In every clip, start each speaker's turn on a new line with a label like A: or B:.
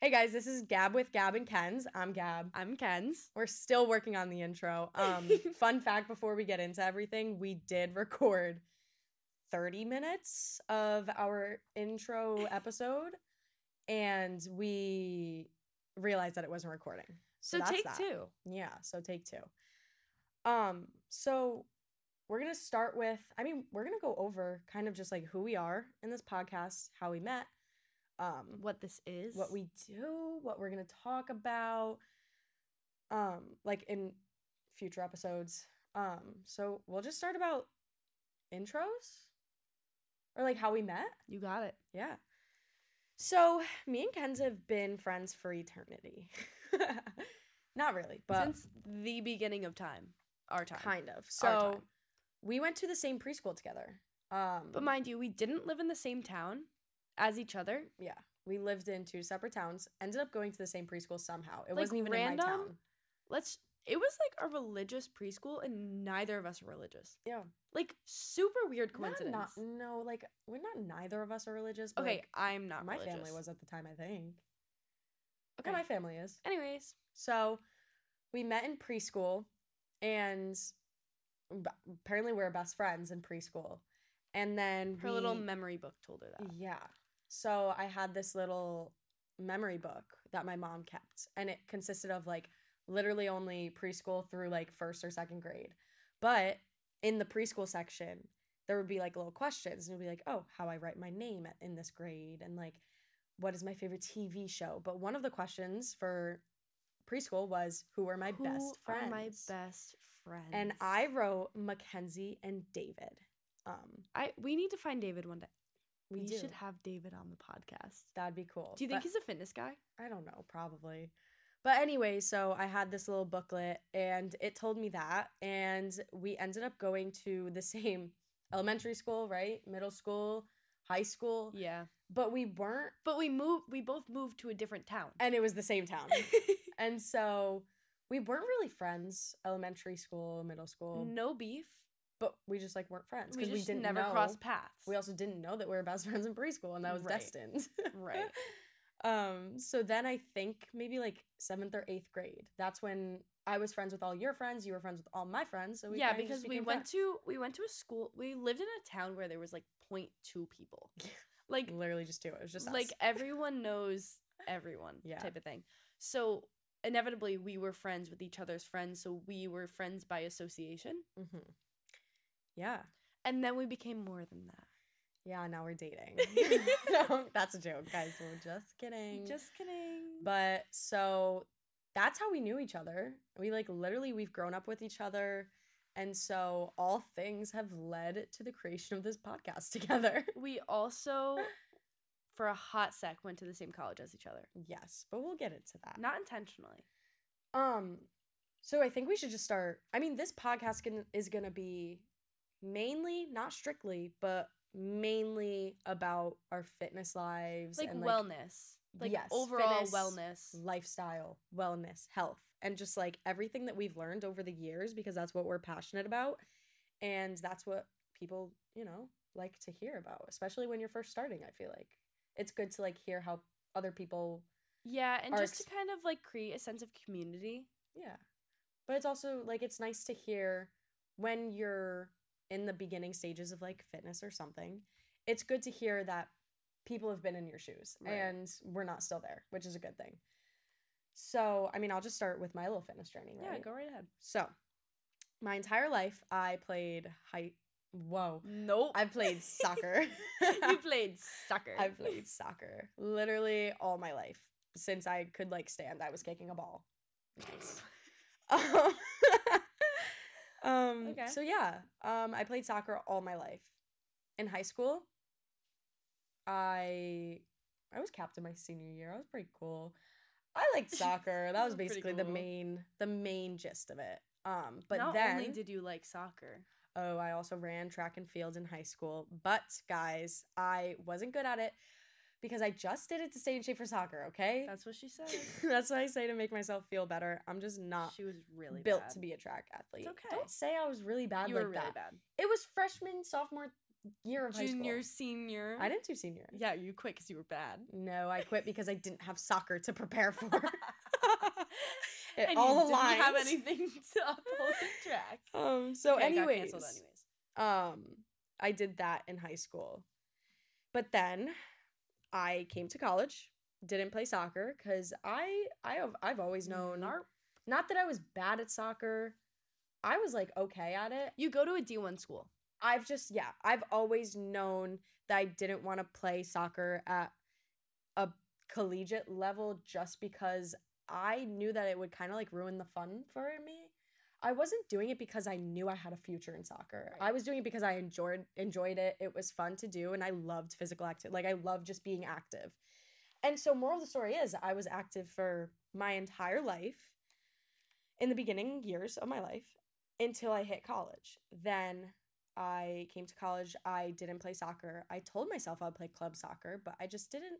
A: Hey guys, this is Gab with Gab and Ken's. I'm Gab.
B: I'm Ken's.
A: We're still working on the intro. Um, fun fact before we get into everything, we did record 30 minutes of our intro episode and we realized that it wasn't recording.
B: So,
A: that's
B: take
A: that.
B: two.
A: Yeah, so take two. Um, so we're gonna start with, I mean, we're gonna go over kind of just like who we are in this podcast, how we met, um,
B: What this is?
A: what we do, what we're gonna talk about, um, like in future episodes. Um, so we'll just start about intros or like how we met.
B: you got it.
A: Yeah. So me and Ken's have been friends for eternity. Not really, but
B: Since the beginning of time, our time.
A: kind of.
B: Our
A: So
B: time.
A: we went to the same preschool together. Um,
B: but mind you, we didn't live in the same town as each other.
A: yeah, we lived in two separate towns. Ended up going to the same preschool somehow. It
B: Like,
A: wasn't even
B: random?
A: in my town.
B: Let's. It was like a religious preschool, and neither of us are religious.
A: Yeah.
B: Like super weird
A: Not-
B: coincidence.
A: Not, no, like we're not. Neither of us are religious. But
B: okay,
A: like,
B: I'm not.
A: my
B: religious.
A: family was at the time. I think. Okay,
B: Okay.
A: my family is.
B: Anyways,
A: So, we met in preschool, and b- apparently we're best friends in preschool. And then
B: her little
A: we-
B: memory book told her that.
A: yeah. So I had this little memory book that my mom kept, and it consisted of like literally only preschool through like first or second grade. But in the preschool section, there would be like little questions, and it would be like, oh, how I write my name at, in this grade, and like, what is my favorite TV show? But one of the questions for preschool was, who are my
B: Who
A: best friends?
B: Are my best friends.
A: and I wrote Mackenzie and David. Um,
B: I. We need to find David one day.
A: we
B: We
A: do.
B: should have David on the podcast.
A: That'd be cool.
B: Do you think
A: But-
B: he's a fitness guy?
A: I don't know, probably. But anyway, so I had this little booklet and it told me that. And we ended up going to the same elementary school, right? Middle school, high school.
B: Yeah.
A: But we weren't,
B: But we moved. We both moved to a different town.
A: and it was the same town. and so we weren't really friends, elementary school, middle school,
B: no beef.
A: but we just like weren't friends
B: We
A: because
B: just
A: Oh. we, didn't
B: never
A: know.
B: crossed paths.
A: We also didn't know that we were best friends in preschool and that was
B: Right.
A: destined.
B: right.
A: um so then i think maybe like seventh or eighth grade that's when i was friends with all your friends you were friends with all my friends so we
B: yeah,
A: kinda just
B: because we
A: became
B: went
A: friends.
B: to we went to a school. We lived in a town where there was like 0.2 people. Like
A: literally just two it was just us.
B: like everyone knows everyone
A: Yeah.
B: type of thing. So inevitably we were friends with each other's friends, so we were friends by association.
A: Mhm. yeah
B: And then we became more than that.
A: yeah now we're dating no, that's a joke guys we're just kidding
B: Just kidding.
A: but so that's how we knew each other we like literally we've grown up with each other and so all things have led to the creation of this podcast together
B: we also for a hot sec went to the same college as each other.
A: yes but we'll get into that
B: Not intentionally.
A: Um, so I think we should just start. I mean, this podcast can, is going to be mainly, not strictly, but mainly about our fitness lives
B: like
A: and
B: wellness like
A: Yes,
B: overall
A: fitness,
B: wellness
A: lifestyle, wellness, health, and just like everything that we've learned over the years because that's what we're passionate about, and that's what people, you know, like to hear about, especially when you're first starting. I feel like it's good to like hear how other people
B: yeah and
A: our
B: just
A: ex-
B: to kind of like create a sense of community
A: Yeah. But it's also like it's nice to hear when you're in the beginning stages of like fitness or something. It's good to hear that people have been in your shoes
B: Right.
A: and we're not still there, which is a good thing. So, I mean, I'll just start with my little fitness journey, right?
B: yeah go right ahead
A: So, my entire life I played high whoa.
B: nope
A: I played soccer.
B: you played soccer
A: I've played soccer literally all my life since I could like stand. I was kicking a ball. um,
B: Okay.
A: So yeah, um, I played soccer all my life. In high school, I I was captain my senior year. I was pretty cool. I liked soccer. That was
B: Pretty
A: basically the
B: cool.
A: main the main gist of it. Um, but
B: not
A: then
B: only did you like soccer
A: Oh, I also ran track and field in high school. But guys, I wasn't good at it because I just did it to stay in shape for soccer, okay?
B: that's what she said
A: That's, what I say to make myself feel better. I'm just not
B: she was really
A: built
B: bad.
A: to be a track athlete.
B: okay.
A: Don't say I was really bad
B: you
A: like
B: were really
A: that.
B: bad
A: It was freshman, sophomore year of
B: junior,
A: high school.
B: senior.
A: I didn't do senior.
B: Yeah, you quit because you were bad.
A: No, I quit because I didn't have soccer to prepare for. it
B: And you
A: all
B: didn't have
A: aligns.
B: anything to uphold the track.
A: Um. So,
B: Okay, I got
A: anyways,
B: canceled anyways.
A: um, I did that in high school, but then I came to college. Didn't play soccer because I I have I've always known
B: Narp.
A: not that I was bad at soccer. I was like okay at it.
B: You go to a D one school.
A: I've just yeah, I've always known that I didn't want to play soccer at a collegiate level just because I knew that it would kind of like ruin the fun for me. I wasn't doing it because I knew I had a future in soccer.
B: Right.
A: I was doing it because I enjoyed enjoyed it. It was fun to do and I loved physical activity. Like I loved just being active. And so moral of the story is I was active for my entire life in the beginning years of my life until I hit college. Then I came to college. I didn't play soccer. I told myself I'd play club soccer, but I just didn't.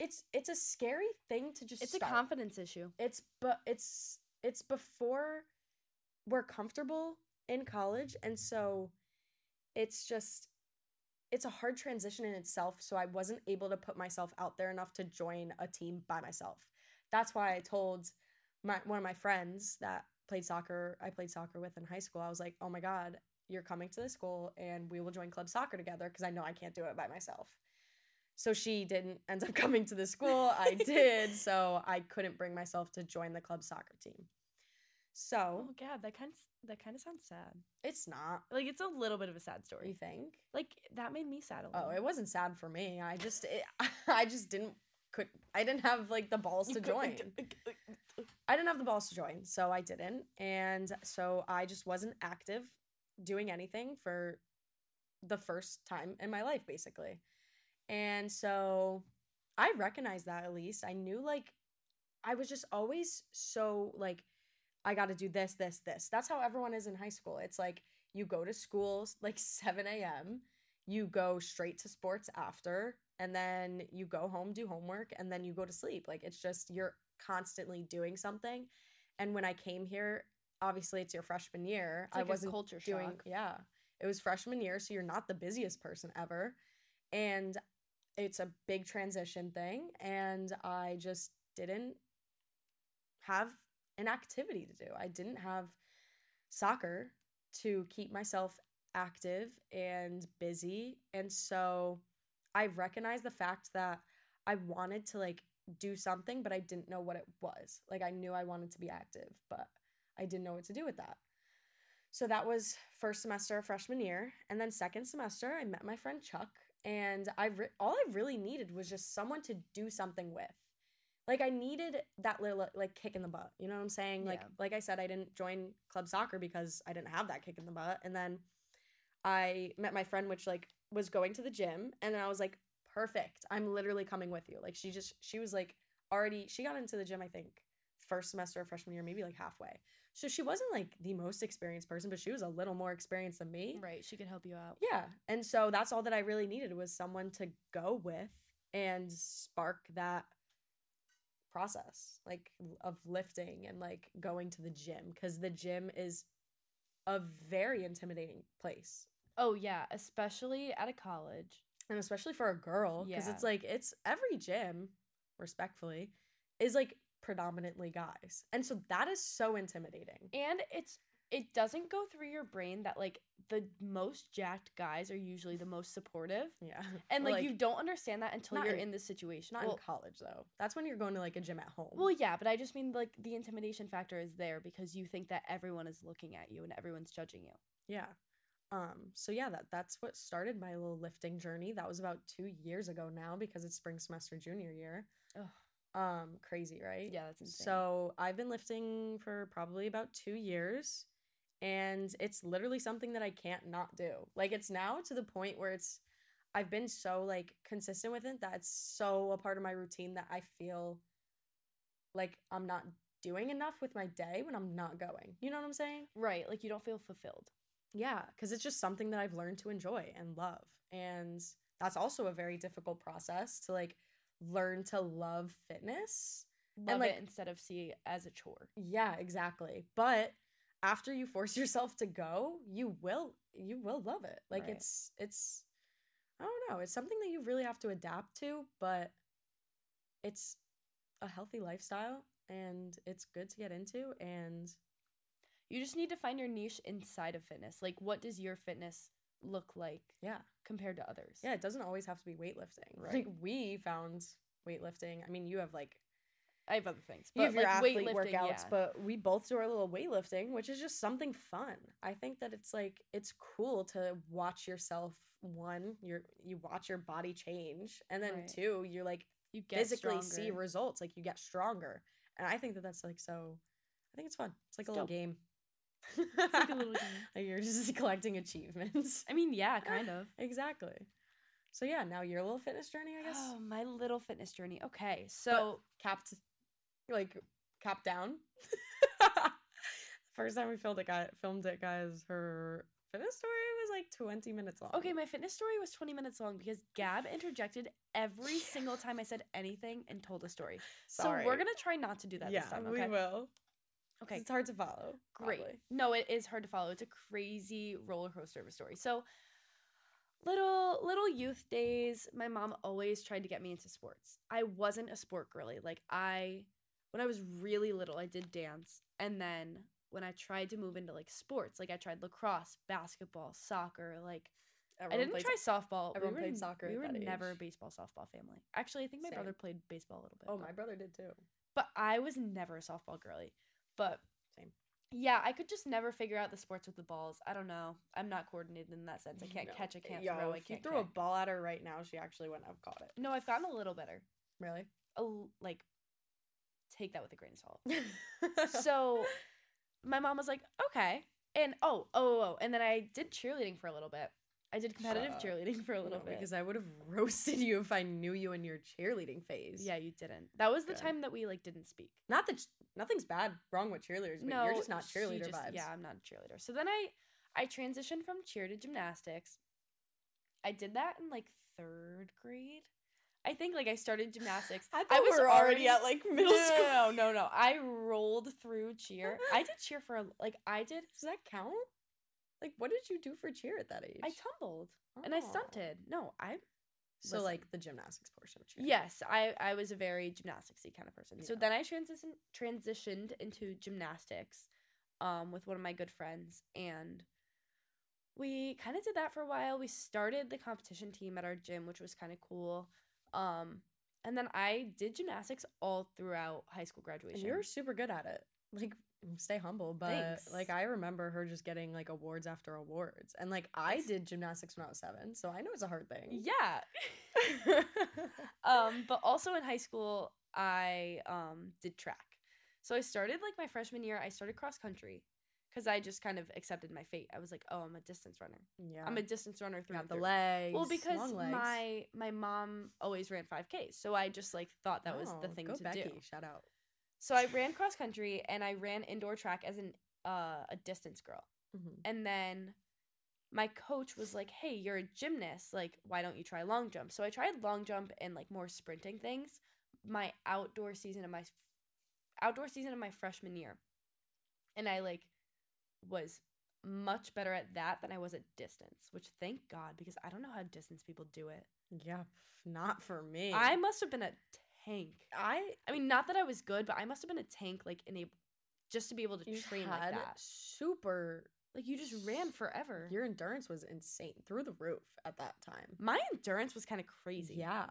A: It's it's a scary thing to just.
B: It's
A: start.
B: a confidence issue.
A: It's but it's it's before we're comfortable in college, and so it's just it's a hard transition in itself. So I wasn't able to put myself out there enough to join a team by myself. That's why I told my one of my friends that played soccer. I played soccer with in high school. I was like, oh my god, you're coming to this school and we will join club soccer together because I know I can't do it by myself. So she didn't end up coming to the school. I did. So I couldn't bring myself to join the club soccer team. So
B: Oh god, that kind of, that kind of sounds sad.
A: it's not,
B: Like it's a little bit of a sad
A: you
B: story.
A: think?
B: Like that made me sad a little.
A: Oh, it wasn't sad for me. I just, it, I just didn't, could, I didn't have like the balls
B: You
A: to join.
B: couldn't do-
A: I didn't have the balls to join, so I didn't. And so I just wasn't active doing anything for the first time in my life, basically. And so I recognized that at least. I knew like I was just always so like, I got to do this, this, this. That's how everyone is in high school. It's like you go to school s- like 7 a.m., you go straight to sports after, and then you go home, do homework, and then you go to sleep. Like it's just you're constantly doing something. And when I came here, obviously it's your freshman year.
B: It's like
A: I
B: a
A: wasn't
B: culture
A: doing
B: shock.
A: yeah it was freshman year so you're not the busiest person ever and it's a big transition thing and i just didn't have an activity to do i didn't have soccer to keep myself active and busy and so i recognized the fact that i wanted to like do something but i didn't know what it was like i knew i wanted to be active but i didn't know what to do with that so that was first semester of freshman year. And then second semester, I met my friend Chuck. And I re- all I really needed was just someone to do something with. Like I needed that little like kick in the butt. You know what I'm saying? Like
B: Yeah.
A: like I said, I didn't join club soccer because I didn't have that kick in the butt. And then I met my friend, which like was going to the gym, and then I was like, perfect. I'm literally coming with you. Like she just she was like already she got into the gym, I think, first semester of freshman year, maybe like halfway. So she wasn't like the most experienced person, but she was a little more experienced than me.
B: Right, she could help you out.
A: Yeah. And so that's all that I really needed was someone to go with and spark that process like of lifting and like going to the gym cuz the gym is a very intimidating place
B: Oh yeah, especially at a college.
A: and especially for a girl because
B: Yeah.
A: it's like it's every gym respectfully is like predominantly guys and so that is so intimidating
B: And it's it doesn't go through your brain that like the most jacked guys are usually the most supportive.
A: yeah
B: And
A: Or,
B: like, you don't understand that until
A: not
B: you're
A: in-
B: in this situation.
A: not
B: well,
A: in college though that's when you're going to like a gym at home
B: well, yeah, but I just mean like the intimidation factor is there because you think that everyone is looking at you and everyone's judging you.
A: yeah um so yeah that that's what started my little lifting journey that was about two years ago now because it's spring semester junior year
B: Ugh.
A: um crazy right
B: Yeah, that's insane.
A: So I've been lifting for probably about two years, and it's literally something that I can't not do. Like it's now to the point where it's, I've been so like consistent with it that it's so a part of my routine that I feel like I'm not doing enough with my day when I'm not going. You know what I'm saying?
B: right, like you don't feel fulfilled.
A: Yeah, because it's just something that I've learned to enjoy and love. And that's also a very difficult process to like learn to love fitness
B: Love
A: like-
B: it instead of see it as a chore.
A: Yeah, exactly. But after you force yourself to go, you will you will love it. Like
B: Right.
A: it's it's I don't know. It's something that you really have to adapt to, but it's a healthy lifestyle and it's good to get into and
B: You just need to find your niche inside of fitness. Like, what does your fitness look like
A: yeah.
B: compared to others?
A: Yeah, it doesn't always have to be weightlifting. Like
B: Right.
A: we found weightlifting. I mean, you have like
B: I have other things.
A: you have your athlete
B: weightlifting,
A: workouts,
B: yeah.
A: but we both do our little weightlifting, which is just something fun. I think that it's like it's cool to watch yourself one, your you watch your body change, and then
B: Right.
A: two, you're like
B: you get
A: physically see
B: stronger.
A: results, like you get stronger. And I think that that's like so. I think it's fun. It's like a little
B: dope.
A: game.
B: It's like a little game.
A: Like you're just collecting achievements.
B: I mean, yeah, kind of.
A: exactly. So yeah, now your little fitness journey, I guess.
B: Oh, my little fitness journey. Okay, so
A: capped like cap down. First time we filmed it, guy filmed it, guys. Her fitness story was like twenty minutes long.
B: okay, my fitness story was 20 minutes long because Gab interjected every single time I said anything and told a story. So we're gonna try not to do that
A: yeah,
B: this time.
A: we
B: Okay.
A: will.
B: Okay.
A: it's hard to follow.
B: Great.
A: probably.
B: No, it is hard to follow. It's a crazy
A: Mm.
B: roller coaster of a story. So little little youth days, my mom always tried to get me into sports. I wasn't a sport girly. Like I when I was really little, I did dance. And then when I tried to move into like sports, like I tried lacrosse, basketball, soccer, like I
A: Everyone
B: didn't
A: plays-
B: try softball.
A: everyone
B: we were,
A: played
B: n-
A: soccer
B: We
A: at
B: were
A: that
B: never a
A: age.
B: baseball softball family. Actually, I think my brother
A: Same.
B: played baseball a little bit.
A: Oh,
B: but-
A: my brother did too.
B: but I was never a softball girly. But
A: Same.
B: Yeah, I could just never figure out the sports with the balls. I don't know. I'm not coordinated in that sense. I can't
A: No.
B: catch. I can't
A: Yo,
B: throw. I
A: if you
B: can't.
A: throw a
B: kick.
A: ball at her right now, she actually wouldn't have caught it.
B: no, I've gotten a little better.
A: Really?
B: A l like, take that with a grain of salt. so, my mom was like, "Okay," and oh, oh, oh, and then I did cheerleading for a little bit. I did competitive
A: up.
B: cheerleading for a little
A: No,
B: bit.
A: because I would have roasted you if I knew you in your cheerleading phase.
B: yeah, you didn't. That was the
A: Good.
B: time that we like didn't speak.
A: Not that nothing's bad wrong with cheerleaders, but you're just not
B: she
A: cheerleader
B: just-
A: vibes.
B: Yeah, I'm not a cheerleader. So then I I transitioned from cheer to gymnastics. I did that in like third grade. I think like I started gymnastics.
A: I, thought
B: was
A: we were already
B: already-
A: at like middle
B: no,
A: school.
B: No, no, no, no. I rolled through cheer. I did cheer for a- like I did.
A: Does that count? Like, what did you do for cheer at that age?
B: I tumbled and I
A: Oh.
B: stunted. No, I
A: So
B: Listen.
A: like the gymnastics portion of cheer.
B: Yes, I I was a very gymnasticsy kind of person. So
A: Yeah.
B: then I transitioned transitioned into gymnastics, um, with one of my good friends, and we kind of did that for a while. We started the competition team at our gym, which was kind of cool, um, and then I did gymnastics all throughout high school graduation.
A: And you're super good at it. Like, stay humble, but
B: Thanks.
A: like I remember her just getting like awards after awards, and like I did gymnastics when I was seven, so I know it's a hard thing.
B: yeah, um, but also in high school, I um, did track. So I started like my freshman year, I started cross country because I just kind of accepted my fate. I was like, oh, I'm a distance runner.
A: yeah,
B: I'm a distance runner through
A: got
B: and
A: the
B: through."
A: legs.
B: Well, because
A: long legs.
B: my my mom always ran 5Ks, so I just like thought that was the
A: Wow,
B: thing
A: Oh, go
B: to
A: Becky,
B: do.
A: Shout out.
B: So I ran cross country and I ran indoor track as an uh, a distance girl.
A: Mhm.
B: And then my coach was like, "Hey, you're a gymnast. Like, why don't you try long jump?" So I tried long jump and like more sprinting things. My outdoor season of my outdoor season of my freshman year, and I like was much better at that than I was at distance, which thank God because I don't know how distance people do it.
A: Yeah, f- not for me.
B: I must have been a tank.
A: I
B: I mean, not that I was good, but I must have been a tank, like in a, just to be able to
A: you
B: train
A: had
B: like that.
A: super.
B: Like you just ran forever.
A: Your endurance was insane through the roof at that time.
B: My endurance was kind of crazy.
A: Yeah,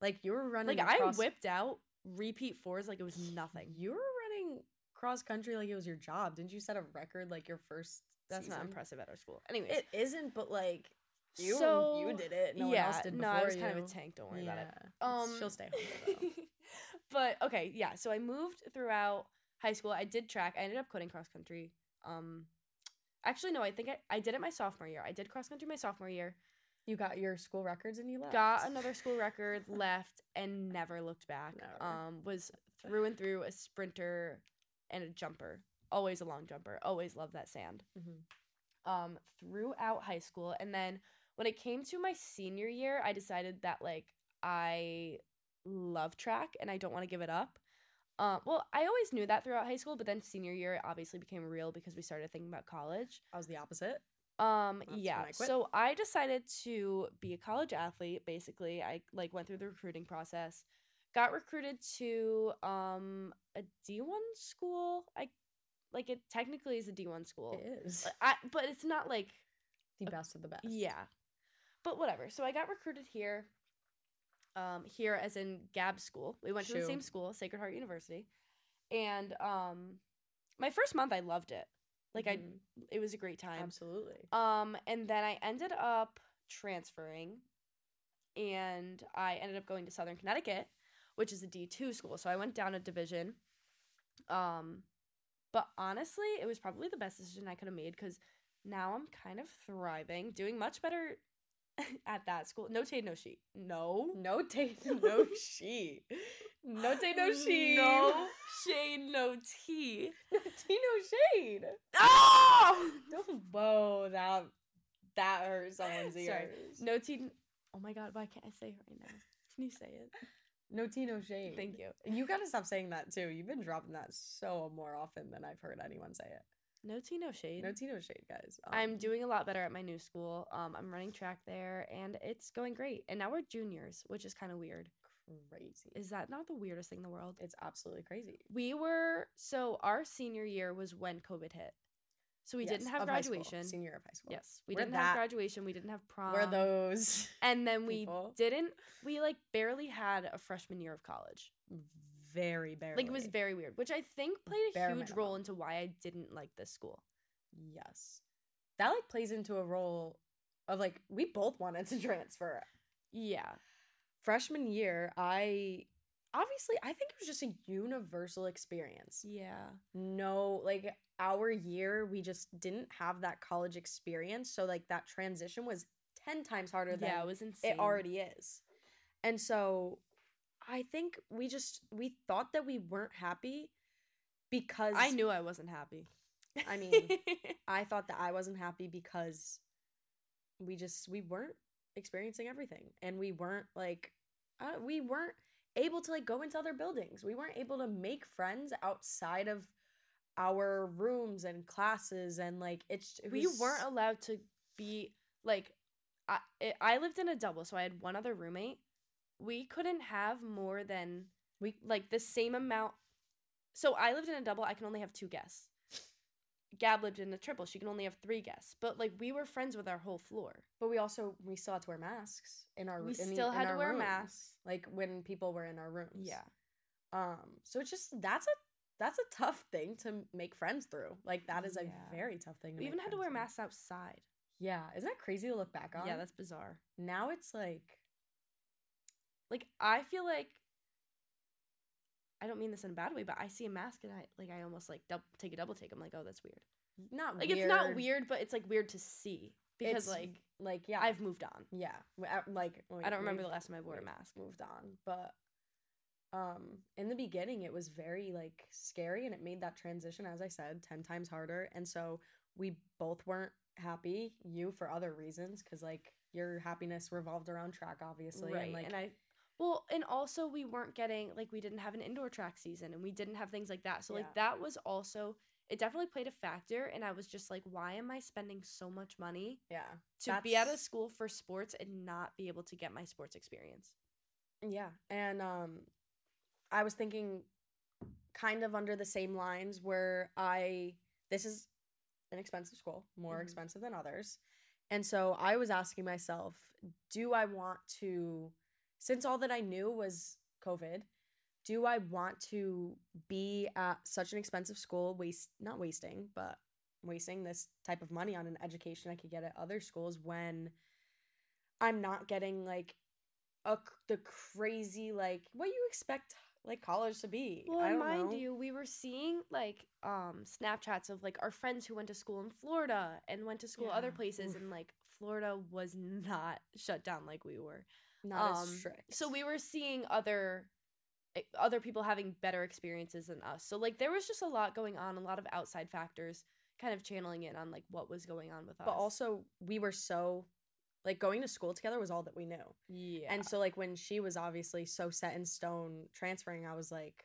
A: like you were running.
B: Like I
A: across-
B: whipped out repeat fours like it was nothing.
A: You were running cross country like it was your job. Didn't you set a record like your first?
B: That's not
A: season?
B: impressive at our school. Anyways,
A: It isn't, but like you
B: so
A: you did it. No
B: yeah,
A: one else did
B: no,
A: before
B: I was
A: you.
B: kind of a tank. Don't worry about it.
A: Yeah,
B: Um,
A: it's- she'll stay humble though.
B: but okay, yeah. So I moved throughout high school. I did track. I ended up quitting cross country. Um, actually, no. I think I, I did it my sophomore year. I did cross country my sophomore year.
A: you got your school records and you left.
B: Got another school record, left, and never looked back.
A: Never.
B: Um, was through and through a sprinter and a jumper. Always a long jumper. Always loved that sand.
A: Mhm.
B: um, throughout high school. And then when it came to my senior year, I decided that like I love track and I don't want to give it up. Um, well, I always knew that throughout high school, but then senior year it obviously became real because we started thinking about college.
A: I was the opposite.
B: Um
A: That's when
B: yeah.
A: I quit.
B: So I decided to be a college athlete basically. I like went through the recruiting process. Got recruited to um a D1 school. I like it technically is a D1 school.
A: It is
B: But I, but it's not like
A: the best of the best.
B: uh, yeah. But whatever. So I got recruited here um here as in Gab school. We went to the
A: Shoo.
B: same school, Sacred Heart University. And um my first month I loved it. Like
A: Mhm.
B: I it was a great time.
A: absolutely.
B: Um, and then I ended up transferring, and I ended up going to Southern Connecticut, which is a D two school. So I went down a division. Um, but honestly, it was probably the best decision I could have made because now I'm kind of thriving, doing much better at that school. No shade, no sheet. No.
A: No tate, no she. No tate, no she.
B: No shade, no tea.
A: no tea, no shade.
B: Oh!
A: Don't whoa that that hurt someone's ears.
B: Sorry. No tea. Oh my god, why can't I say it right now? Can you say it?
A: No tea, no shade.
B: Thank you.
A: You gotta stop saying that too. You've been dropping that so more often than I've heard anyone say it.
B: No tea, no shade.
A: No tea, no shade, guys. Um,
B: Mm. I'm doing a lot better at my new school. Um, I'm running track there, and it's going great. And now we're juniors, which is kind of weird.
A: crazy.
B: Is that not the weirdest thing in the world?
A: It's absolutely crazy.
B: We were so our senior year was when COVID hit, so we didn't
A: Yes,
B: have
A: of high school,
B: graduation.
A: Senior year of high school.
B: Yes, Um, we
A: We're
B: didn't have
A: that-
B: graduation. We didn't have prom.
A: We're those
B: And then we
A: people.
B: didn't. We like barely had a freshman year of college.
A: very barely.
B: Like it was very weird, which I think played a
A: Bare
B: huge role
A: minimum.
B: into why I didn't like this school.
A: Yes. That like plays into a role of like we both wanted to transfer.
B: Yeah,
A: Freshman year, I obviously I think it was just a universal experience.
B: yeah,
A: No, like our year we just didn't have that college experience, so like that transition was 10 times harder than
B: yeah. It was insane.
A: it already is. And so I think we just we thought that we weren't happy because
B: I knew I wasn't happy.
A: I mean I thought that I wasn't happy because we just we weren't experiencing everything and we weren't like uh, we weren't able to like go into other buildings. We weren't able to make friends outside of our rooms and classes and like it's it
B: we
A: was-
B: weren't allowed to be like I I I lived in a double, so I had one other roommate. We couldn't have more than we like the same amount. So I lived in a double. I can only have two guests. Gab lived in a triple. She can only have three guests. But like we were friends with our whole floor.
A: but we also we still had to wear masks in our
B: We
A: in the-
B: still
A: in
B: had to
A: our
B: wear
A: rooms,
B: masks.
A: like when people were in our rooms. Um so it's just that's a that's a tough thing to make friends through. Like that is a
B: Yeah.
A: very tough thing to
B: We
A: make
B: even had to
A: friends
B: wear
A: through.
B: masks outside.
A: Yeah, isn't that crazy to look back on?
B: Yeah, that's bizarre.
A: now it's like
B: Like I feel like I don't mean this in a bad way, but I see a mask and I like I almost like dub- take a double take. I'm like, oh, that's weird.
A: not
B: like it's not weird, but it's like weird to see
A: It's-
B: because like
A: Like yeah,
B: I've moved on.
A: yeah, we- I- like
B: I don't remember the
A: we've
B: last time I wore a
A: we've
B: mask.
A: Moved on, but um, in the beginning it was very like scary, and it made that transition, as I said, ten times harder. And so we both weren't happy. You for other reasons, because like your happiness revolved around track, obviously,
B: right,
A: and like
B: I well, and also we weren't getting like we didn't have an indoor track season and we didn't have things like that. So
A: Yeah.
B: like that was also it definitely played a factor and I was just like why am I spending so much money
A: yeah,
B: to be out of
A: That's-
B: school for sports and not be able to get my sports experience?
A: Yeah. And um I was thinking kind of under the same lines where I this is an expensive school, more
B: Mhm.
A: expensive than others. And so I was asking myself, do I want to since all that I knew was COVID, do I want to be at such an expensive school waste not wasting, but wasting this type of money on an education I could get at other schools when I'm not getting like a, c- the crazy like what you expect like college to be.
B: Well,
A: I
B: and
A: don't
B: mind
A: know.
B: you, we were seeing like um Snapchats of like our friends who went to school in Florida and went to school other
A: Yeah.
B: places,
A: Oof.
B: and like Florida was not shut down like we were.
A: not
B: um,
A: as strict.
B: So we were seeing other eh, other people having better experiences than us. So like there was just a lot going on, a lot of outside factors, kind of channeling in on like what was going on with us.
A: but also we were so like going to school together was all that we knew.
B: yeah,
A: And so like when she was obviously so set in stone transferring, I was like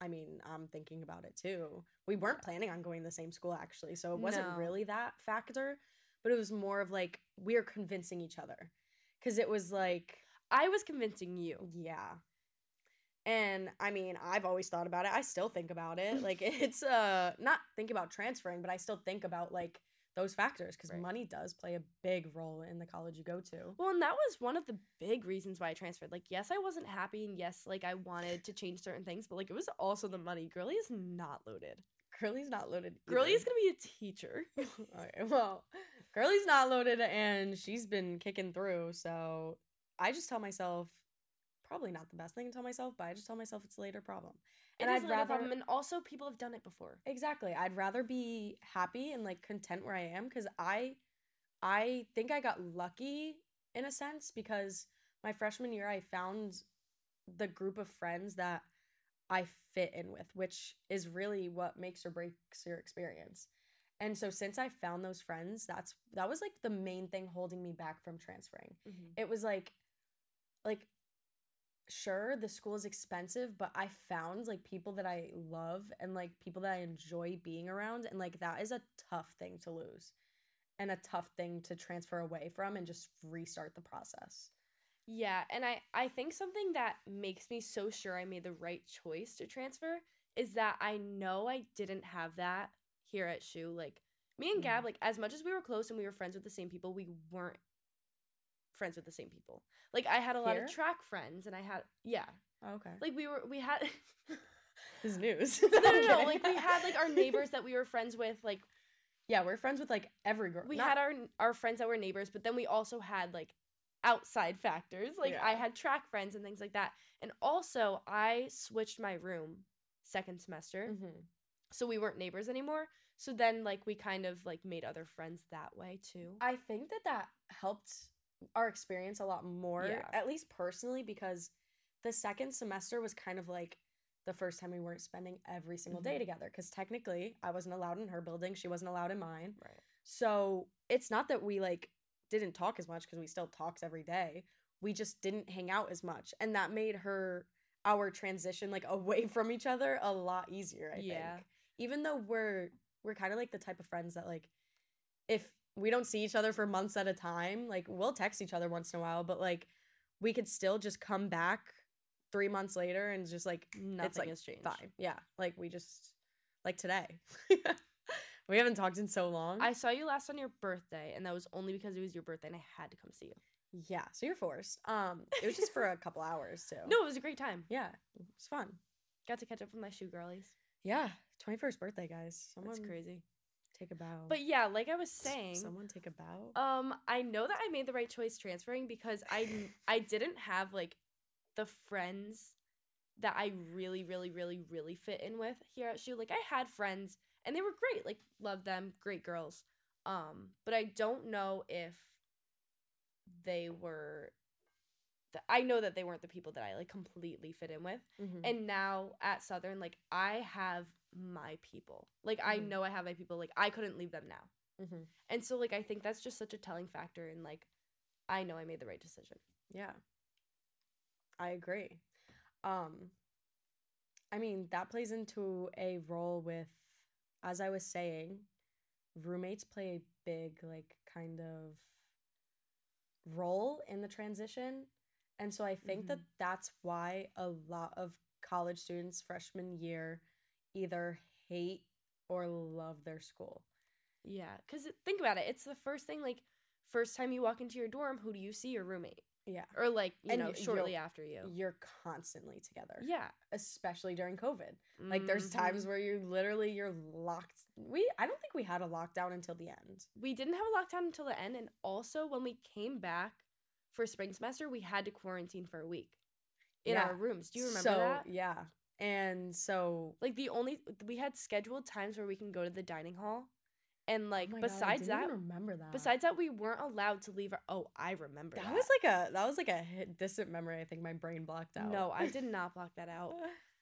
A: I mean, I'm thinking about it too. We weren't planning on going to the same school actually, so it wasn't
B: No.
A: really that factor, but it was more of like we're convincing each other because it was like
B: I was convincing you.
A: yeah and i mean i've always thought about it i still think about it like it's uh not think about transferring but i still think about like those factors because
B: Right.
A: money does play a big role in the college you go to
B: Well, and that was one of the big reasons why I transferred. Like, yes, I wasn't happy, and yes, like I wanted to change certain things, but like it was also the money. Girly is not loaded.
A: girlie's not loaded
B: Girly
A: either.
B: is gonna be a teacher.
A: okay, well, Curly's not loaded and she's been kicking through. So I just tell myself, probably not the best thing to tell myself, but I just tell myself it's a later problem.
B: It
A: And
B: is
A: I'd
B: not a
A: rather-
B: problem, and also people have done it before.
A: Exactly. I'd rather be happy and like content where I am because I, I think I got lucky in a sense because my freshman year I found the group of friends that I fit in with, which is really what makes or breaks your experience. And so since I found those friends, that's that was like the main thing holding me back from transferring. It was like like sure the school is expensive, but I found like people that I love and like people that I enjoy being around and like that is a tough thing to lose and a tough thing to transfer away from and just restart the process.
B: Yeah, and I I think something that makes me so sure I made the right choice to transfer is that I know I didn't have that here at SHU. Like me and Gab, like as much as we were close and we were friends with the same people, we weren't friends with the same people. Like I had a lot
A: Here?
B: of track friends, and I had yeah,
A: Okay.
B: like we were we had
A: this is news.
B: no no no like we had like our neighbors that we were friends with like
A: Yeah, we're friends with like every girl.
B: we
A: Not-
B: had our our friends that were neighbors, but then we also had like outside factors. Like I
A: Yeah.
B: had track friends and things like that. And also I switched my room second semester.
A: Mhm.
B: So we weren't neighbors anymore. So then like we kind of like made other friends that way too.
A: I think that that helped our experience a lot more,
B: Yeah.
A: at least personally, because the second semester was kind of like the first time we weren't spending every single day
B: Mhm.
A: together. Because technically, I wasn't allowed in her building, she wasn't allowed in mine.
B: right.
A: So it's not that we like didn't talk as much because we still talked every day. We just didn't hang out as much, and that made her our transition like away from each other a lot easier. I
B: Yeah.
A: think, even though we're we're kind of like the type of friends that like if we don't see each other for months at a time, like we'll text each other once in a while, but like we could still just come back three months later and just like
B: Nothing
A: like,
B: has changed.
A: fine, yeah, like we just like today. we haven't talked in so long.
B: I saw you last on your birthday, and that was only because it was your birthday and I had to come see you.
A: Yeah, so you're forced. Um, it was just for a couple hours too.
B: No, it was a great time.
A: yeah, it's fun.
B: Got to catch up with my shoe girlies.
A: Yeah, twenty first birthday, guys. Someone
B: That's crazy.
A: take a bow.
B: But yeah, like I was
A: S-
B: saying,
A: someone take a bow.
B: Um, I know that I made the right choice transferring because I I didn't have like the friends that I really, really, really, really fit in with here at SHU. Like I had friends and they were great, like loved them, great girls. Um, but I don't know if they were th- I know that they weren't the people that I like completely fit in with.
A: Mhm.
B: And now at Southern, like I have my people. Like I
A: Mhm.
B: know I have my people. Like I couldn't leave them now.
A: Mhm.
B: And so like I think that's just such a telling factor and like I know I made the right decision.
A: Yeah, I agree. Um, I mean that plays into a role with, as I was saying, roommates play a big like kind of role in the transition. And so I think that that's why a lot of college students freshman year either hate or love their school.
B: Yeah, cuz think about it. It's the first thing like first time you walk into your dorm, who do you see? Your roommate.
A: Yeah.
B: Or like, you
A: And
B: know,
A: y-
B: shortly after you.
A: You're constantly together,
B: Yeah.
A: especially during COVID. Like there's times
B: Mhm.
A: where you literally you're locked. We I don't think we had a lockdown until the end.
B: we didn't have a lockdown until the end and also when we came back for spring semester, we had to quarantine for a week in
A: Yeah.
B: our rooms. Do you remember
A: so,
B: that?
A: Yeah. And so
B: Like the only we had scheduled times where we can go to the dining hall and
A: oh
B: like
A: my God, I
B: besides
A: didn't
B: that
A: even remember that.
B: Besides that, we weren't allowed to leave. Our- oh, I remember Uh, that.
A: that was like a that was like a hit, distant memory. I think my brain blocked out.
B: no, I did not block that out.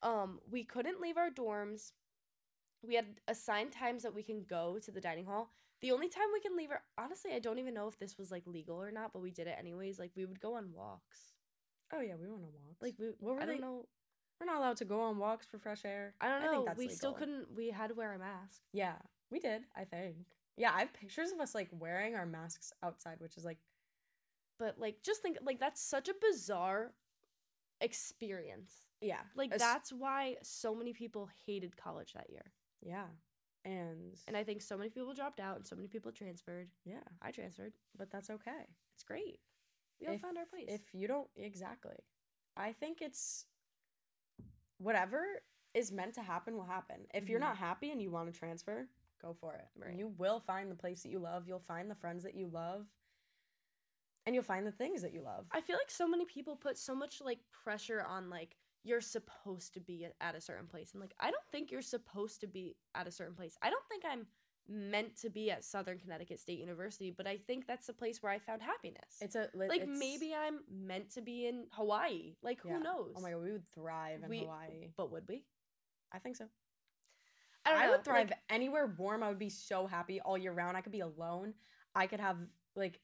B: Um, we couldn't leave our dorms. We had assigned times that we can go to the dining hall. The only time we can leave our honestly, I don't even know if this was like legal or not, but we did it anyways. Like we would go on walks.
A: Oh yeah, we went on walks.
B: Like we,
A: What were
B: I
A: they-
B: don't know.
A: we're not allowed to go on walks for fresh air.
B: I don't know.
A: think that's
B: we still
A: legal.
B: couldn't. We had to wear a mask.
A: Yeah, we did. I think Yeah, I have pictures of us like wearing our masks outside, which is like
B: But like just think like that's such a bizarre experience.
A: yeah,
B: Like
A: Es-
B: that's why so many people hated college that year.
A: yeah, and
B: And I think so many people dropped out and so many people transferred.
A: yeah,
B: I transferred.
A: but that's okay.
B: It's great. We all
A: If-
B: found our place.
A: If you don't exactly, I think it's whatever is meant to happen will happen. If you're
B: Mhm.
A: not happy and you want to transfer, go for it.
B: Right.
A: You will find the place that you love. You'll find the friends that you love, and you'll find the things that you love.
B: I feel like so many people put so much like pressure on like you're supposed to be a- at a certain place. And like I don't think you're supposed to be at a certain place. I don't think I'm meant to be at Southern Connecticut State University, but I think that's the place where I found happiness.
A: it's a li-
B: like
A: it's-
B: maybe I'm meant to be in Hawaii. Like
A: Yeah.
B: who knows?
A: Oh my god, we would thrive in
B: We-
A: Hawaii.
B: But would we?
A: I think so.
B: I don't
A: I
B: know.
A: would thrive
B: Like,
A: anywhere warm. I would be so happy all year round. I could be alone. I could have like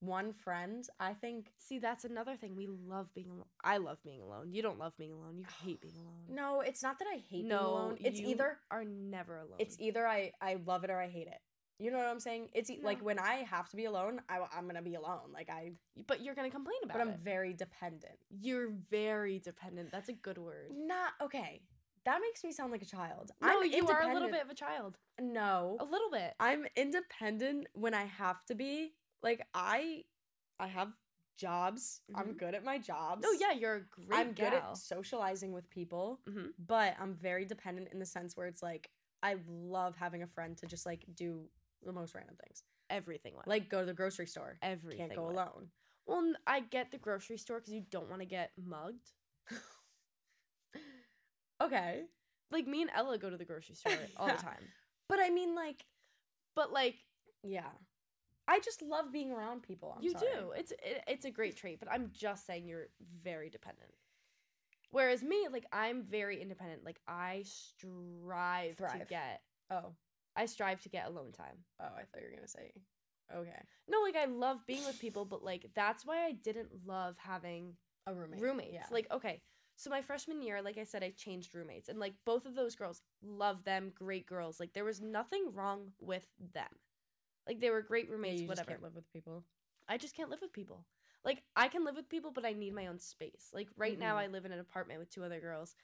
A: one friend. I think
B: see, that's another thing. We love being alone. I love being alone. You don't love being alone. You hate being alone.
A: no, it's not that I hate being
B: No,
A: alone. It's
B: you e,
A: either
B: are never alone.
A: it's either I I love it or I hate it. You know what I'm saying? It's e- like
B: No.
A: when I have to be alone, I, am gonna be alone. Like I,
B: but you're gonna complain about
A: but I'm
B: it.
A: very dependent.
B: You're very dependent. That's a good word.
A: Not okay. That makes me sound like a child.
B: No,
A: I'm
B: you are a little bit
A: independent-
B: of a child.
A: No,
B: A little bit.
A: I'm independent when I have to be. Like I, I have jobs. I'm
B: Mhm.
A: good at my jobs.
B: No, yeah, you're a great
A: I'm
B: gal.
A: good at socializing with people,
B: Mhm.
A: but I'm very dependent in the sense where it's like I love having a friend to just like do the most random things,
B: everything. Like,
A: like go to the grocery store.
B: everything.
A: Can't go
B: went.
A: alone.
B: Well, n- I get the grocery store because you don't want to get mugged.
A: Okay,
B: Like me and Ella go to the grocery store all the
A: Yeah.
B: time.
A: but I mean, like,
B: But like
A: yeah, I just love being around people. I'm
B: you
A: sorry.
B: do, it's it, it's a great trait. But I'm just saying you're very dependent. Whereas me, like I'm very independent. Like I strive to
A: Thrive.
B: get.
A: Oh,
B: I strive to get alone time.
A: oh, I thought you were gonna say, okay,
B: No, like I love being with people, but like that's why I didn't love having
A: a roommate.
B: roommates.
A: Yeah.
B: Like, okay, so my freshman year, like I said, I changed roommates, and like both of those girls, love them, great girls. Like there was nothing wrong with them. Like they were great
A: Yeah,
B: roommates,
A: you just
B: whatever.
A: can't live with people.
B: I just can't live with people. Like I can live with people, but I need my own space. Like right now,
A: Mhm.
B: I live in an apartment with two other girls,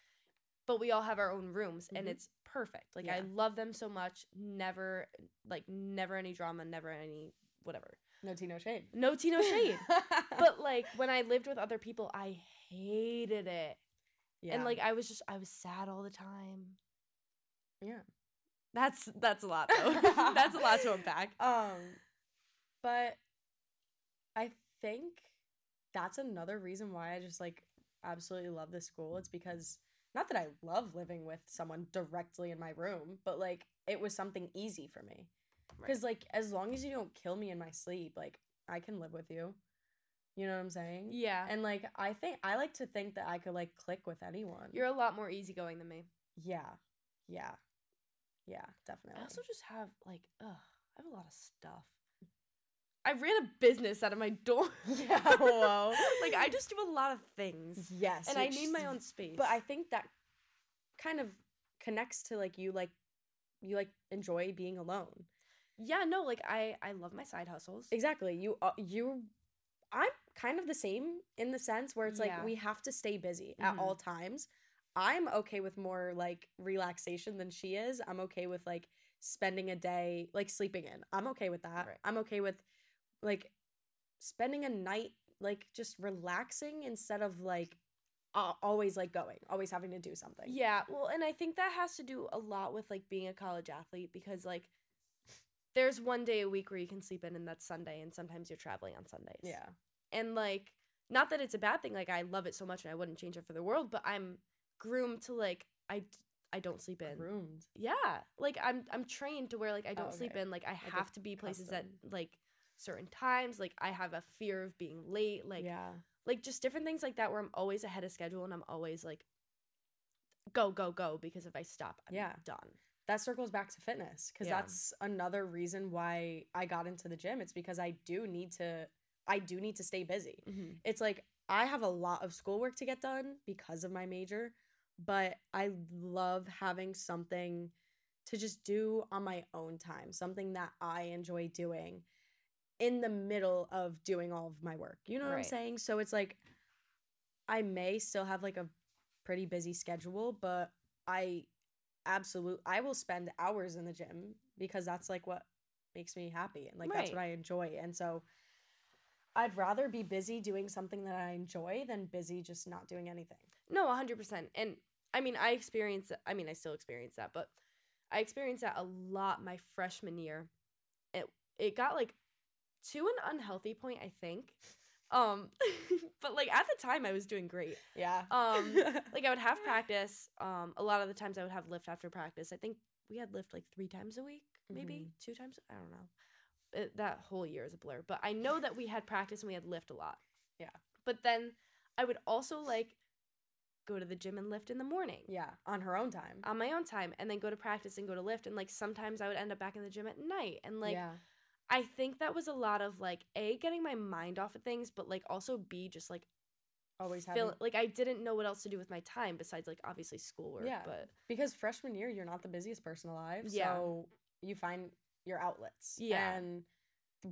B: but we all have our own rooms, and
A: Mhm.
B: it's perfect. Like I
A: Yeah.
B: love them so much. Never, like never any drama, never any whatever.
A: No tea, no shade.
B: No tea, no shade. but like when I lived with other people, I hated it.
A: yeah.
B: And like I was just I was sad all the time.
A: Yeah.
B: That's that's a lot though. that's a lot to unpack.
A: Um, but I think that's another reason why I just like absolutely love this school. It's because not that I love living with someone directly in my room, but like it was something easy for me.
B: Right.
A: Because like as long as you don't kill me in my sleep, like I can live with you. You know what I'm saying?
B: Yeah.
A: And like I think I like to think that I could like click with anyone.
B: You're a lot more easygoing than me.
A: yeah, yeah, yeah, definitely.
B: I also just have like ugh, I have a lot of stuff. I ran a business out of my dorm.
A: yeah, whoa.
B: like I just do a lot of things.
A: yes,
B: And I
A: which-
B: need my own space.
A: But I think that kind of connects to like you like you like enjoy being alone.
B: Yeah, no, like I I love my side hustles.
A: Exactly. You uh, you I'm kind of the same in the sense where it's
B: Yeah.
A: like we have to stay busy at
B: Mhm.
A: all times. I'm okay with more like relaxation than she is. I'm okay with like spending a day like sleeping in. I'm okay with that.
B: Right.
A: I'm okay with like spending a night like just relaxing instead of like uh, always like going, always having to do something.
B: Yeah, well, and I think that has to do a lot with like being a college athlete because like there's one day a week where you can sleep in and that's Sunday and sometimes you're traveling on Sundays.
A: Yeah.
B: And like not that it's a bad thing, like I love it so much and I wouldn't change it for the world, but I'm groomed to like I I don't sleep in.
A: Groomed.
B: Yeah. Like I'm I'm trained to where like I don't sleep
A: Oh, okay.
B: in, like I
A: a
B: have to be places at
A: custom.
B: like certain times, like I have a fear of being late, like
A: yeah.
B: like just different things like that where I'm always ahead of schedule and I'm always like go go go because if I stop I'm
A: Yeah.
B: done.
A: that circles back to fitness because
B: Yeah.
A: that's another reason why I got into the gym. It's because I do need to I do need to stay busy.
B: Mm-hmm.
A: It's like I have a lot of schoolwork to get done because of my major, but I love having something to just do on my own time, something that I enjoy doing in the middle of doing all of my work. You know what I'm
B: Right.
A: saying? So it's like I may still have like a pretty busy schedule, but I absolute I will spend hours in the gym because that's like what makes me happy and like that's what I enjoy. And so I'd rather be busy doing something that I enjoy than busy just not doing anything.
B: No, 100%. And I mean, I experienced I mean, I still experience that, but I experienced that a lot my freshman year. It it got like to an unhealthy point, I think. Um but like at the time I was doing great.
A: Yeah.
B: Um like I would have practice. Um a lot of the times I would have lift after practice. I think we had lift like 3 times a week, maybe
A: Mm-hmm.
B: two times, I don't know. It, that whole year is a blur, but I know that we had practice and we had lift a lot.
A: Yeah.
B: But then I would also like go to the gym and lift in the morning
A: yeah, on her own time.
B: on my own time and then go to practice and go to lift and like sometimes I would end up back in the gym at night and like
A: yeah.
B: I think that was a lot of like a getting my mind off of things but like also b just like
A: always having
B: feel like I didn't know what else to do with my time besides like obviously schoolwork
A: Yeah.
B: but
A: because freshman year you're not the busiest person alive
B: Yeah.
A: so you find your outlets
B: Yeah.
A: and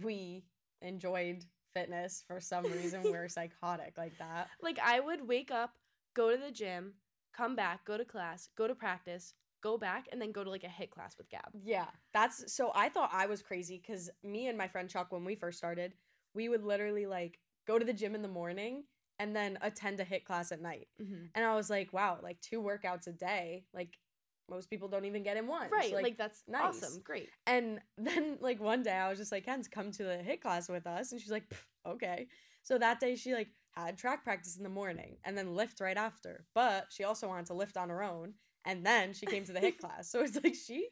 A: we enjoyed fitness for some reason we're psychotic like that
B: like I would wake up go to the gym come back go to class go to practice go back and then go to like a hit class with Gab
A: yeah that's so i thought i was crazy because me and my friend chuck when we first started we would literally like go to the gym in the morning and then attend a hit class at night
B: mm-hmm.
A: and i was like wow like two workouts a day like most people don't even get in one So,
B: right like, that's
A: nice.
B: awesome great
A: And then like one day I was just like, Ken's come to the hit class with us. And she's like, "Pff, okay. So that day she like had track practice in the morning and then lift right after. But she also wanted to lift on her own. And then she came to the hit class. So it's like she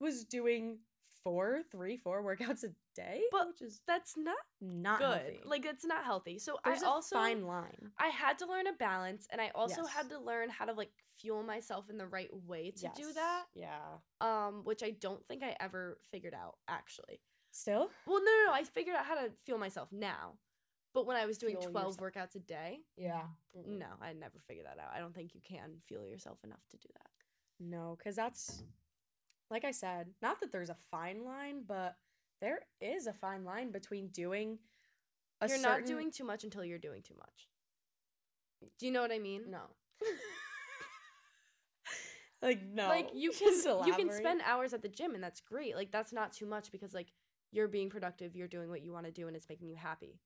A: was doing four, three, four workouts a day,
B: But
A: which is
B: that's not
A: not
B: good
A: healthy.
B: like that's not healthy so
A: there's
B: I
A: a
B: also
A: fine line.
B: I had to learn a balance and I also
A: Yes.
B: had to learn how to like fuel myself in the right way to do
A: Yes.
B: that.
A: Yeah.
B: Um, which I don't think I ever figured out actually.
A: Still?
B: Well, no, no, no, I figured out how to fuel myself now. But when I was doing
A: Fuel
B: 12
A: yourself. Mm-hmm.
B: workouts a day,
A: Yeah.
B: no, I never figured that out. I don't think you can fuel yourself enough to do that.
A: No, because that's, like I said, not that there's a fine line, but there is a fine line between doing a
B: you're
A: certain.
B: not doing too much until you're doing too much. Do you know what I mean?
A: no. like no,
B: Like you can
A: just
B: you can
A: elaborate.
B: spend hours at the gym and that's great. Like that's not too much because like you're being productive, you're doing what you want to do and it's making you happy.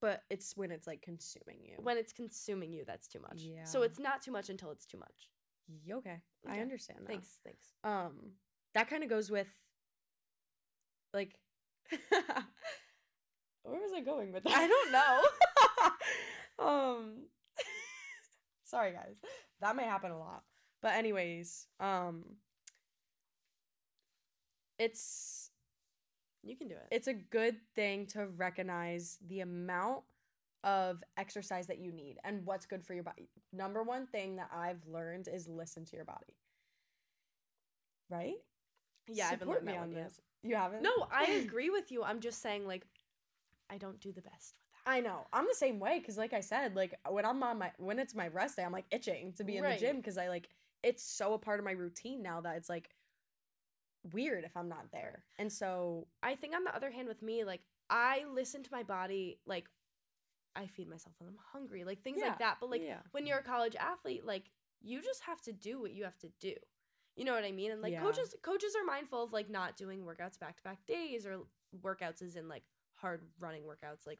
A: but it's when it's like consuming you.
B: when it's consuming you that's too much so
A: Yeah.
B: it's not too much until it's too much
A: Y- okay, I
B: Okay,
A: understand. That.
B: thanks thanks
A: Um, that kind of goes with, like, where was I going with that?
B: I don't
A: know. um, sorry guys, that may happen a lot. But anyways, um, it's
B: you can do it
A: it's a good thing to recognize the amount of exercise that you need and what's good for your body. Number one thing that I've learned is listen to your body. Right? Support
B: learning that one, yeah.
A: You haven't?
B: no i agree with you i'm just saying like i don't do the best with that
A: I know. I'm the same way because, like I said, like when I'm on my when it's my rest day, I'm like itching to be in
B: Right.
A: the gym because I like it's so a part of my routine now that it's like weird if I'm not there. And so
B: i think on the other hand with me like i listen to my body like i feed myself when i'm hungry like things
A: Yeah,
B: like that but like
A: yeah.
B: when you're a college athlete like you just have to do what you have to do you know what i mean and like
A: Yeah.
B: coaches coaches are mindful of like not doing workouts back to back days or workouts as in like hard running workouts like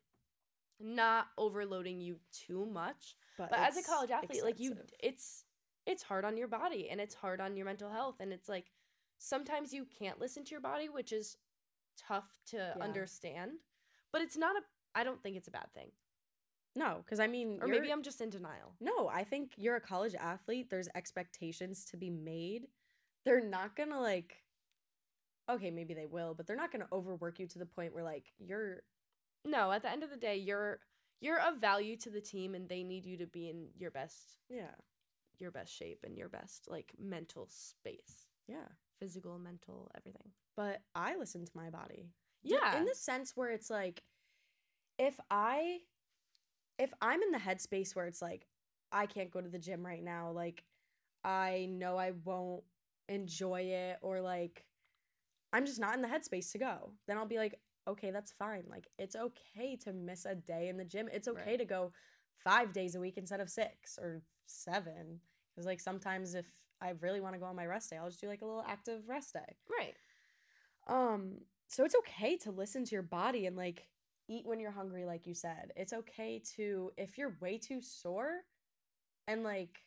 B: not overloading you too much but as a
A: it's
B: college athlete like you
A: extensive.
B: it's it's hard on your body and it's hard on your mental health and it's like sometimes you can't listen to your body which is tough to understand but it's not a i don't think it's a bad thing
A: no, because I mean,
B: or
A: you're-
B: maybe i'm just in denial
A: No, I think you're a college athlete. There's expectations to be made. They're not going to like Okay, maybe they will, but they're not going to overwork you to the point where like you're
B: no at the end of the day you're you're of value to the team and they need you to be in your best
A: yeah,
B: your best shape and your best like mental space
A: yeah.
B: physical mental everything
A: But I listen to my body. D-
B: yeah
A: In the sense where it's like if I if I'm in the headspace where it's like I can't go to the gym right now, like I know I won't enjoy it or like I'm just not in the headspace to go. Then I'll be like, okay, that's fine. Like it's okay to miss a day in the gym. It's okay
B: Right.
A: to go five days a week instead of six or seven. Because like sometimes if I really want to go on my rest day, I'll just do like a little active rest day.
B: Right.
A: Um, so it's okay to listen to your body and like eat when you're hungry, like you said. It's okay to if you're way too sore and like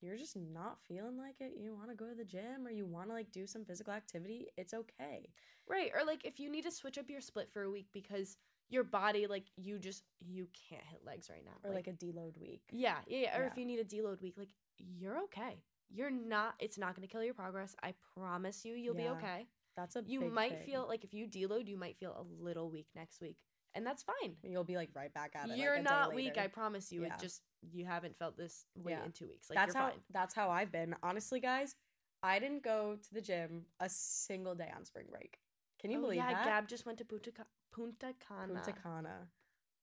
A: you're just not feeling like it, you want to go to the gym or you want to like do some physical activity, it's okay.
B: Right. Or like if you need to switch up your split for a week because your body, like you just you can't hit legs right now.
A: Or like, a deload week.
B: yeah, yeah, yeah. Or if
A: Yeah.
B: you need a deload week, like you're okay. You're not. It's not going to kill your progress. I promise you, you'll
A: Yeah.
B: be okay.
A: That's a
B: You
A: big
B: might
A: thing.
B: feel like if you deload, you might feel a little weak next week, and that's fine.
A: you'll be like right back at it. like,
B: You're
A: a day
B: not weak.
A: later.
B: I promise you.
A: Yeah.
B: It just you haven't felt this weight
A: Yeah.
B: in two weeks. Like
A: that's
B: you're
A: how
B: fine.
A: that's how I've been. Honestly, guys, I didn't go to the gym a single day on spring break. Can you
B: Oh,
A: believe
B: yeah,
A: that?
B: Gab just went to Punta Ca- Punta Cana.
A: Punta Cana.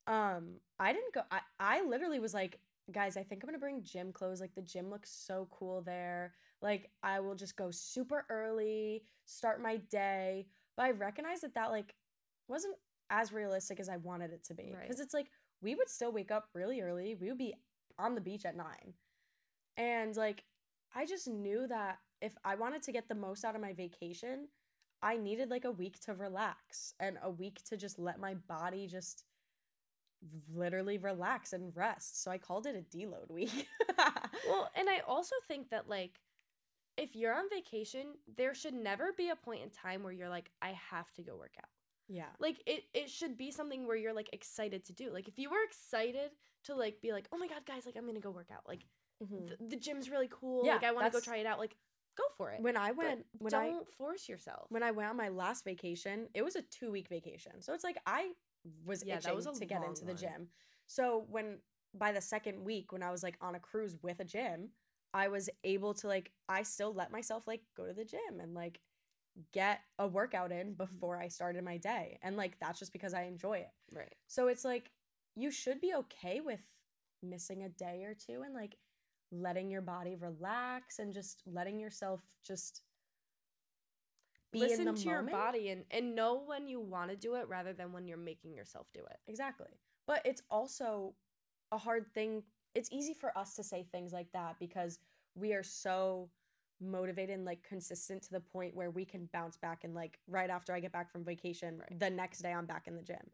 A: Um, I didn't go. I, I literally was like, guys, I think I'm gonna bring gym clothes. Like the gym looks so cool there. Like I will just go super early, start my day. But I recognized that that like wasn't as realistic as I wanted it to be
B: Right.
A: because it's like we would still wake up really early. We would be on the beach at nine, and like I just knew that if I wanted to get the most out of my vacation, I needed like a week to relax and a week to just let my body just literally relax and rest. So I called it a deload week.
B: Well, and I also think that like if you're on vacation, there should never be a point in time where you're like I have to go work out.
A: yeah.
B: Like it it should be something where you're like excited to do. Like if you were excited to like be like, "Oh my god, guys, like I'm going to go work out. Like
A: Mhm.
B: th- the gym's really cool.
A: Yeah,
B: like I want to go
A: that's-
B: try it out." Like go for it.
A: When I
B: But
A: went, when I
B: don't force yourself.
A: when I went on my last vacation, it was a two week vacation. So it's like I was
B: Yeah, that
A: itching
B: was a
A: to get
B: long
A: into the
B: one.
A: gym. So when by the second week, when I was like on a cruise with a gym, I was able to like I still let myself like go to the gym and like get a workout in
B: Mm-hmm.
A: before I started my day. And like that's just because I enjoy it.
B: right.
A: So it's like you should be okay with missing a day or two and like letting your body relax and just letting yourself just be
B: Listen
A: in the
B: to
A: moment.
B: your body and and know when you want to do it rather than when you're making yourself do it.
A: Exactly. But it's also a hard thing. It's easy for us to say things like that because we are so motivated and like consistent to the point where we can bounce back and like right after I get back from vacation,
B: Right.
A: the next day I'm back in the gym.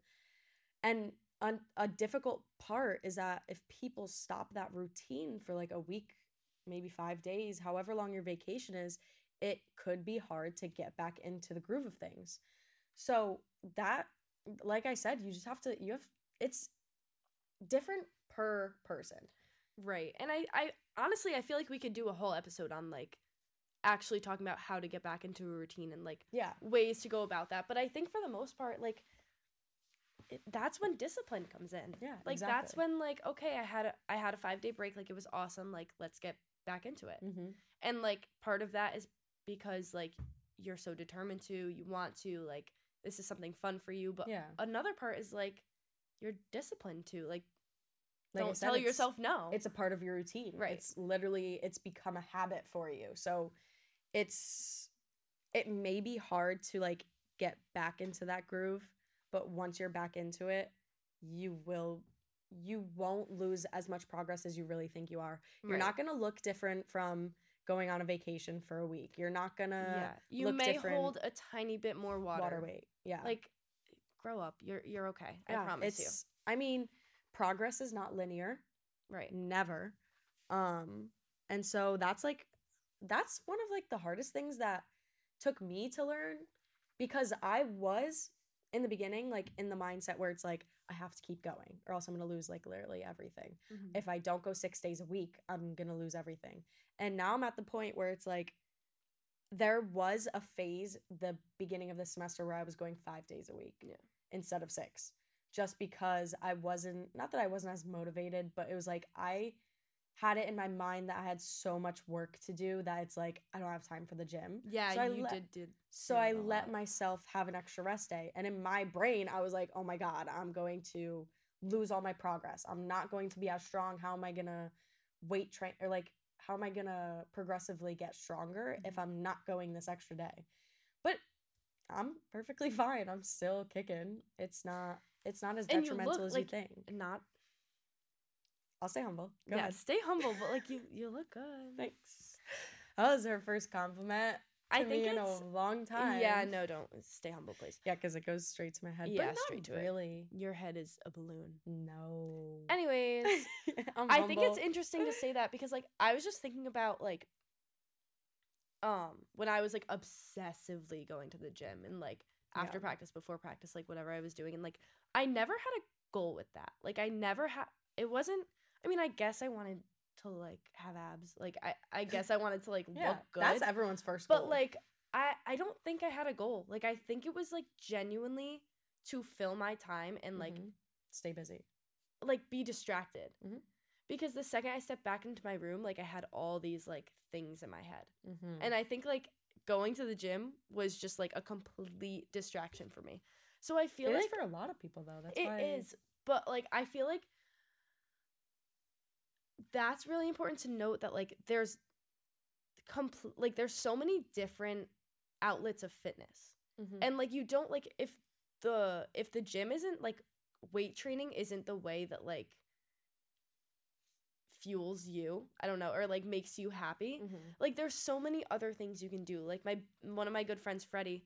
A: And un- a difficult part is that if people stop that routine for like a week, maybe five days, however long your vacation is, it could be hard to get back into the groove of things. So that like I said, you just have to you have it's different per person.
B: Right. And I, I honestly, I feel like we could do a whole episode on like actually talking about how to get back into a routine and like
A: Yeah.
B: ways to go about that. But I think for the most part, like it, that's when discipline comes in.
A: Yeah.
B: Like that's when like okay, I had a I had a 5-day break, like it was awesome, like let's get back into it.
A: hmm
B: And like part of that is because like you're so determined to, you want to, like this is something fun for you, but
A: Yeah.
B: another part is like you're disciplined to like,
A: Like I
B: don't
A: said,
B: tell
A: it's-
B: yourself no.
A: It's a part of your routine.
B: Right.
A: It's literally it's become a habit for you. So it's it may be hard to like get back into that groove, but once you're back into it, you will you won't lose as much progress as you really think you are. You're
B: Right.
A: not going to look different from going on a vacation for a week. You're not going to
B: yeah, you
A: uh, look
B: may
A: different.
B: hold a tiny bit more water.
A: water. weight. Yeah.
B: Like, grow up. You're you're okay. I
A: Yeah,
B: promise you.
A: it's, I mean, progress is not linear,
B: Right.
A: never. Um, and so that's like that's one of like the hardest things that took me to learn because I was in the beginning like in the mindset where it's like I have to keep going or else I'm going to lose like literally everything.
B: Mm-hmm.
A: If I don't go 6 days a week, I'm going to lose everything. And now I'm at the point where it's like there was a phase the beginning of the semester where I was going 5 days a week
B: Yeah.
A: instead of 6 just because I wasn't not that I wasn't as motivated, but it was like I had it in my mind that I had so much work to do that it's like I don't have time for the gym.
B: Yeah,
A: So I
B: you
A: let-
B: did did.
A: So
B: Yeah,
A: I
B: not a
A: let
B: lot.
A: myself have an extra rest day. And in my brain, I was like, oh my God, I'm going to lose all my progress. I'm not going to be as strong. How am I going to weight train or like, how am I gonna progressively get stronger
B: Mm-hmm.
A: if I'm not going this extra day? But I'm perfectly fine. I'm still kicking. It's not it's not as
B: And you
A: detrimental
B: look
A: as you
B: like-
A: think.
B: Not
A: I'll stay humble. Go
B: yeah,
A: ahead.
B: stay humble, but like you you look good.
A: Thanks. That was her first compliment.
B: I
A: to
B: think
A: me in
B: it's
A: a long time.
B: Yeah, no, don't stay humble, please.
A: Yeah, because it goes straight to my head. but
B: Yeah,
A: not
B: straight to it.
A: really.
B: Your head is a balloon.
A: No.
B: Anyways,
A: I'm
B: I think it's
A: humble.
B: interesting to say that because like I was just thinking about like um when I was like obsessively going to the gym and like after
A: Yeah.
B: practice, before practice, like whatever I was doing and like I never had a goal with that. Like I never had it wasn't I mean, I guess I wanted to like have abs. Like I I guess I wanted to like
A: yeah,
B: look good.
A: That's everyone's first
B: But
A: goal.
B: like I I don't think I had a goal. Like I think it was like genuinely to fill my time and like
A: Mhm. stay busy.
B: like be distracted.
A: Mhm.
B: Because the second I stepped back into my room, like I had all these like things in my head.
A: Mm-hmm.
B: And I think like going to the gym was just like a complete distraction for me. So I feel
A: It is
B: like
A: for a lot of people though. That's
B: it is,
A: why
B: but like I feel like that's really important to note that like there's complete like there's so many different outlets of fitness
A: Mhm.
B: and like you don't like if the if the gym isn't like weight training isn't the way that like fuels you i don't know or like makes you happy
A: Mhm.
B: like there's so many other things you can do like my one of my good friends freddie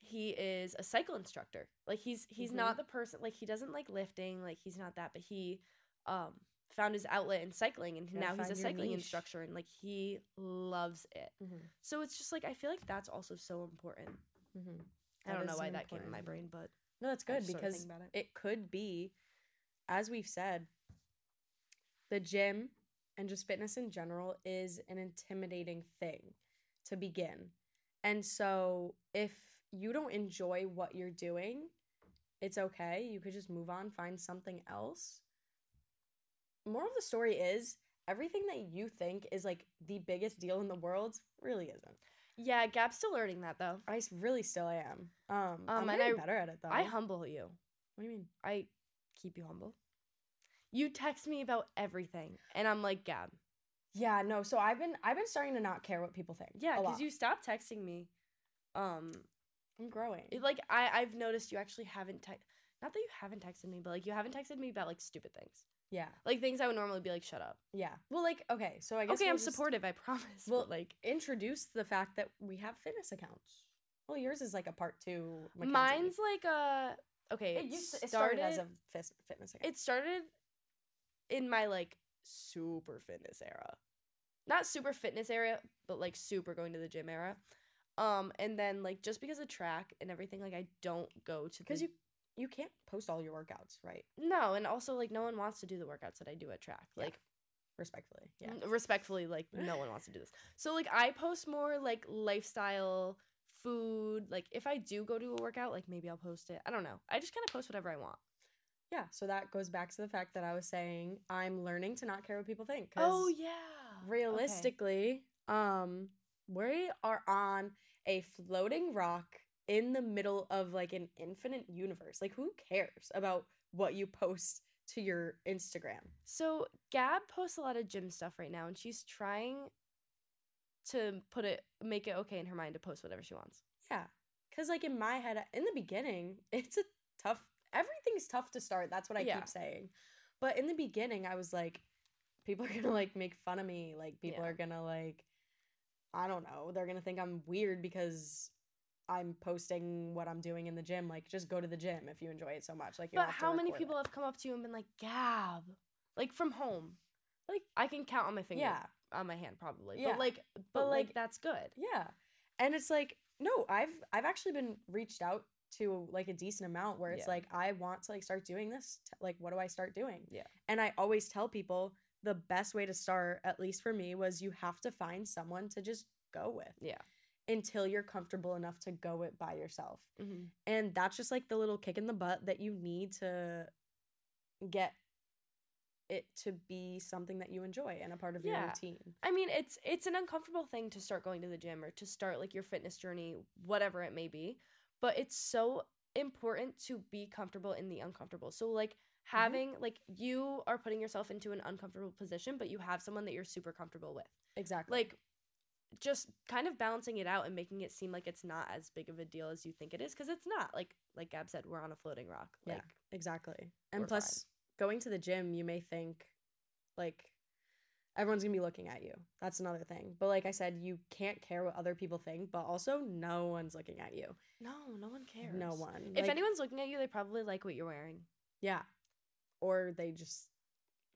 B: he is a cycle instructor like he's he's
A: Mhm.
B: not the person like he doesn't like lifting like he's not that but he um found his outlet in cycling and
A: Gotta
B: now he's a
A: find your
B: cycling
A: niche.
B: instructor and like he loves it
A: Mhm.
B: so it's just like i feel like that's also so important
A: Mhm.
B: i
A: That
B: don't know
A: is
B: why
A: an
B: that came in my
A: important-
B: brain but
A: No, that's
B: I
A: good
B: just started
A: because
B: thinking about it.
A: it could be, as we've said, the gym and just fitness in general is an intimidating thing to begin. And so if you don't enjoy what you're doing, it's okay. You could just move on, find something else. Moral of the story is everything that you think is like the biggest deal in the world really isn't.
B: yeah gab's still learning that though
A: I s- really still am. Um, I'm
B: Um, and
A: getting
B: I-
A: better at it though.
B: i humble you
A: what do you mean?
B: i keep you humble you text me about everything and i'm like gab
A: Yeah, no. So I've been I've been starting to not care what people think.
B: Yeah,
A: because
B: because you stopped texting me. Um,
A: I'm growing.
B: it, like I I've noticed you actually haven't text. Not that you haven't texted me, but like you haven't texted me about like stupid things,
A: yeah,
B: like things I would normally be like, shut up.
A: yeah. Well, like okay, so I guess
B: Okay,
A: we'll
B: I'm
A: just
B: supportive, I promise.
A: well-
B: but like
A: Introduce the fact that we have fitness accounts. Well, yours is like a part two. Mackenzie.
B: mine's like a okay.
A: Yeah,
B: It,
A: you s-
B: started,
A: it started as a fis- fitness account.
B: it started in my like super fitness era, not super fitness era, but like super going to the gym era. Um, and then like just because of track and everything, like I don't go to the
A: because you you can't post all your workouts, right?
B: No, and also like no one wants to do the workouts that I do at track.
A: Yeah,
B: Like
A: Respectfully, yeah.
B: n- respectfully, like no one wants to do this. So like I post more like lifestyle, food. Like if I do go to a workout, like maybe I'll post it. I don't know. I just kind of post whatever I want.
A: Yeah. So that goes back to the fact that I was saying I'm learning to not care what people think. 'cause
B: Oh yeah.
A: realistically um we are on a floating rock in the middle of like an infinite universe like who cares about what you post to your instagram
B: So Gab posts a lot of gym stuff right now, and she's trying to put it, make it okay in her mind to post whatever she wants.
A: yeah because like in my head in the beginning it's a tough everything's tough to start that's what i
B: Yeah.
A: keep saying but in the beginning i was like people are gonna like make fun of me like people
B: Yeah.
A: are gonna like i don't know they're gonna think i'm weird because i'm posting what i'm doing in the gym like just go to the gym if you enjoy it so much like you don't
B: But
A: have to
B: how many
A: record
B: people
A: it.
B: have come up to you and been like, Gab, like from home? Like I can count on my finger.
A: yeah
B: on my hand probably.
A: Yeah.
B: But like but,
A: But,
B: like,
A: like-
B: that's good.
A: yeah and it's like no i've i've actually been reached out to like a decent amount where it's
B: Yeah.
A: like i want to like start doing this T- like what do i start doing
B: Yeah.
A: and i always tell people the best way to start at least for me was you have to find someone to just go with
B: Yeah.
A: until you're comfortable enough to go it by yourself and that's just like the little kick in the butt that you need to get it to be something that you enjoy and a part of your
B: Yeah.
A: routine
B: I mean, it's it's an uncomfortable thing to start going to the gym or to start like your fitness journey, whatever it may be, but it's so important to be comfortable in the uncomfortable. So like
A: Mm-hmm.
B: having like you are putting yourself into an uncomfortable position, but you have someone that you're super comfortable with.
A: Exactly.
B: like just kind of balancing it out and making it seem like it's not as big of a deal as you think it is because it's not like like gab said we're on a floating rock
A: Yeah.
B: like
A: Exactly.
B: We're
A: And
B: fine.
A: plus, going to the gym, you may think like everyone's gonna be looking at you. That's another thing. But like I said, you can't care what other people think, but also no one's looking at you.
B: no no one cares
A: No one.
B: if
A: Like,
B: anyone's looking at you they probably like what you're wearing
A: yeah. Or they just,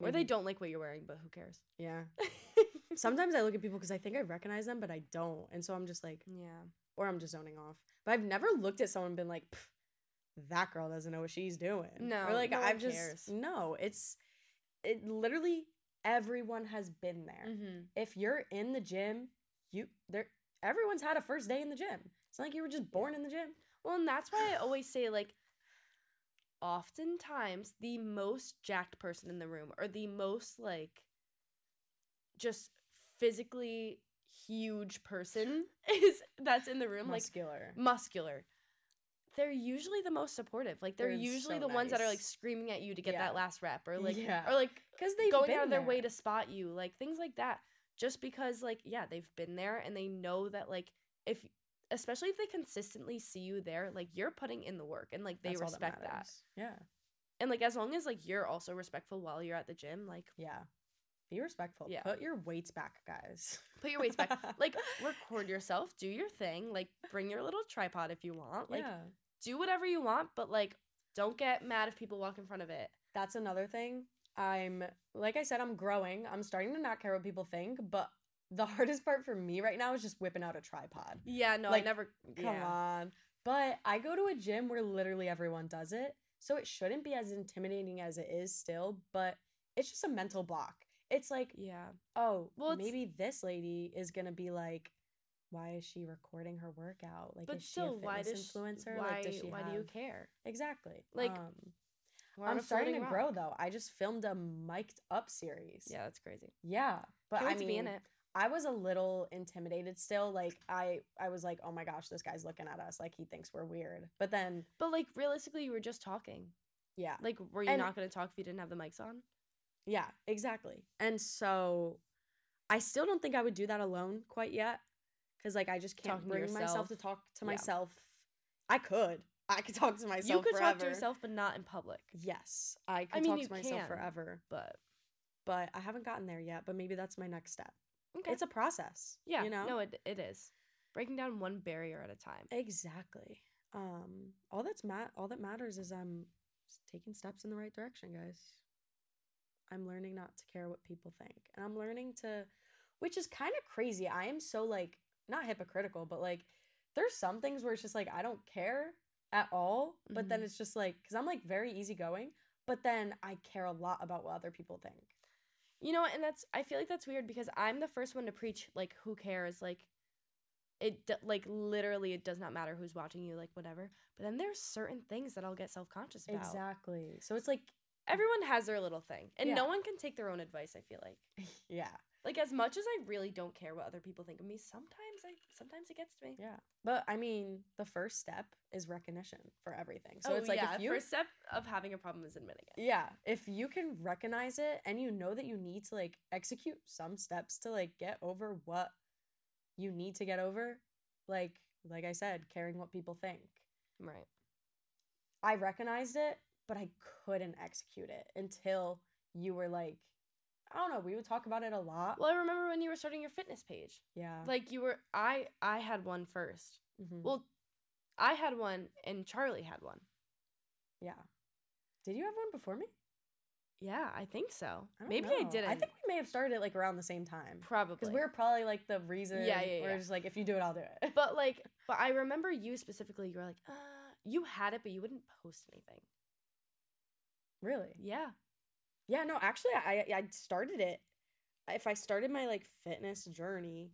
B: or they
A: maybe-
B: don't like what you're wearing but who cares
A: Yeah. Sometimes I look at people because I think I recognize them, but I don't, and so I'm just like,
B: yeah
A: or I'm just zoning off. But I've never looked at someone and been like, "Pff, that girl doesn't know what she's doing.
B: No,
A: or like
B: no one
A: I've just
B: cares.
A: no. It's it literally everyone has been there.
B: mm-hmm.
A: if you're in the gym, you there everyone's had a first day in the gym. It's not like you were just born in the gym.
B: Well, and that's why I always say like oftentimes the most jacked person in the room or the most like just physically huge person is that's in the room
A: Muscular.
B: like muscular. They're usually the most supportive. Like they're
A: They're
B: usually
A: so
B: the ones that are
A: nice.
B: like screaming at you to get
A: Yeah.
B: that last rep or like
A: Yeah.
B: or like
A: Because they
B: going out of their way to spot you, like things like that. Just because, like, yeah, they've been there and they know that, like, if especially if they consistently see you there, like you're putting in the work and like they respect that,
A: Yeah.
B: And like as long as like you're also respectful while you're at the gym, like
A: Yeah. Be respectful.
B: Yeah.
A: Put your weights back, guys.
B: put your weights back, like record yourself, do your thing, like bring your little tripod if you want, like
A: yeah.
B: do whatever you want, but like don't get mad if people walk in front of it.
A: That's another thing. I'm like I said, I'm growing. I'm starting to not care what people think, but the hardest part for me right now is just whipping out a tripod.
B: Yeah, no, I
A: Like,
B: never.
A: Come
B: yeah.
A: on. But I go to a gym where literally everyone does it. So it shouldn't be as intimidating as it is still, but it's just a mental block. It's like,
B: Yeah.
A: oh,
B: Well,
A: well,
B: it's-
A: maybe this lady is going to be like, why is she recording her workout? Like,
B: But
A: is
B: still,
A: she a
B: why does
A: fitness
B: sh-
A: influencer?
B: Why,
A: like, does she
B: why
A: have...
B: do you care?
A: Exactly.
B: Like,
A: um,
B: We're on
A: I'm
B: a
A: starting to
B: floating
A: grow
B: rock.
A: though. I just filmed a mic'd up series.
B: Yeah, that's crazy.
A: Yeah. But
B: Can't
A: I
B: wait
A: mean,
B: to be in it.
A: I was a little intimidated still. Like I, I was like, oh my gosh, this guy's looking at us. Like he thinks we're weird. But then,
B: But like realistically, you were just talking.
A: yeah,
B: Like, were you
A: And-
B: not going to talk if you didn't have the mics on?
A: Yeah, exactly. And so I still don't think I would do that alone quite yet cuz like I just can't
B: Talking to
A: bring myself
B: yourself.
A: to talk to
B: Yeah.
A: myself. I could. I could talk to myself
B: you could
A: forever.
B: talk to yourself, but not in public.
A: Yes, I could
B: mean,
A: talk
B: you
A: to myself
B: can.
A: forever,
B: But
A: but I haven't gotten there yet, but maybe that's my next step.
B: okay,
A: It's a process,
B: yeah,
A: you know?
B: no, it it is breaking down one barrier at a time.
A: exactly. Um all that's ma- all that matters is I'm s- taking steps in the right direction, guys. I'm learning not to care what people think. And I'm learning to, which is kind of crazy. I am so like, not hypocritical, but like, there's some things where it's just like, I don't care at all. But then
B: Mhm.
A: it's just like, because I'm like very easygoing, but then I care a lot about what other people think.
B: You know, what, and that's I feel like that's weird because I'm the first one to preach like who cares like. It d- like literally, it does not matter who's watching you, like whatever. But then there's certain things that I'll get self conscious about.
A: Exactly. So it's like,
B: Everyone has their little thing, and no
A: Yeah.
B: one can take their own advice. I feel like,
A: yeah.
B: like as much as I really don't care what other people think of me, sometimes I sometimes it gets to me.
A: Yeah. But I mean, the first step is recognition for everything. So
B: oh,
A: it's like,
B: yeah.
A: if you
B: first step of having a problem is admitting it.
A: Yeah, if you can recognize it and you know that you need to like execute some steps to like get over what you need to get over, like like I said, caring what people think.
B: Right.
A: I recognized it, but I couldn't execute it until you were like I don't know, we would talk about it a lot.
B: Well, I remember when you were starting your fitness page.
A: yeah.
B: Like you were I I had one first.
A: mhm,
B: Well, I had one and Charlie had one.
A: yeah. Did you have one before me?
B: Yeah, I think so.
A: I don't
B: Maybe I
A: know.
B: didn't.
A: I think we may have started it like around the same time.
B: probably.
A: Because we're probably like the reason
B: Yeah, yeah,
A: we're
B: yeah.
A: just like, if you do it, I'll do it.
B: But like but I remember you specifically, you were like, uh, you had it but you wouldn't post anything.
A: really?
B: Yeah.
A: Yeah, no, actually, I I started it. If I started my like fitness journey,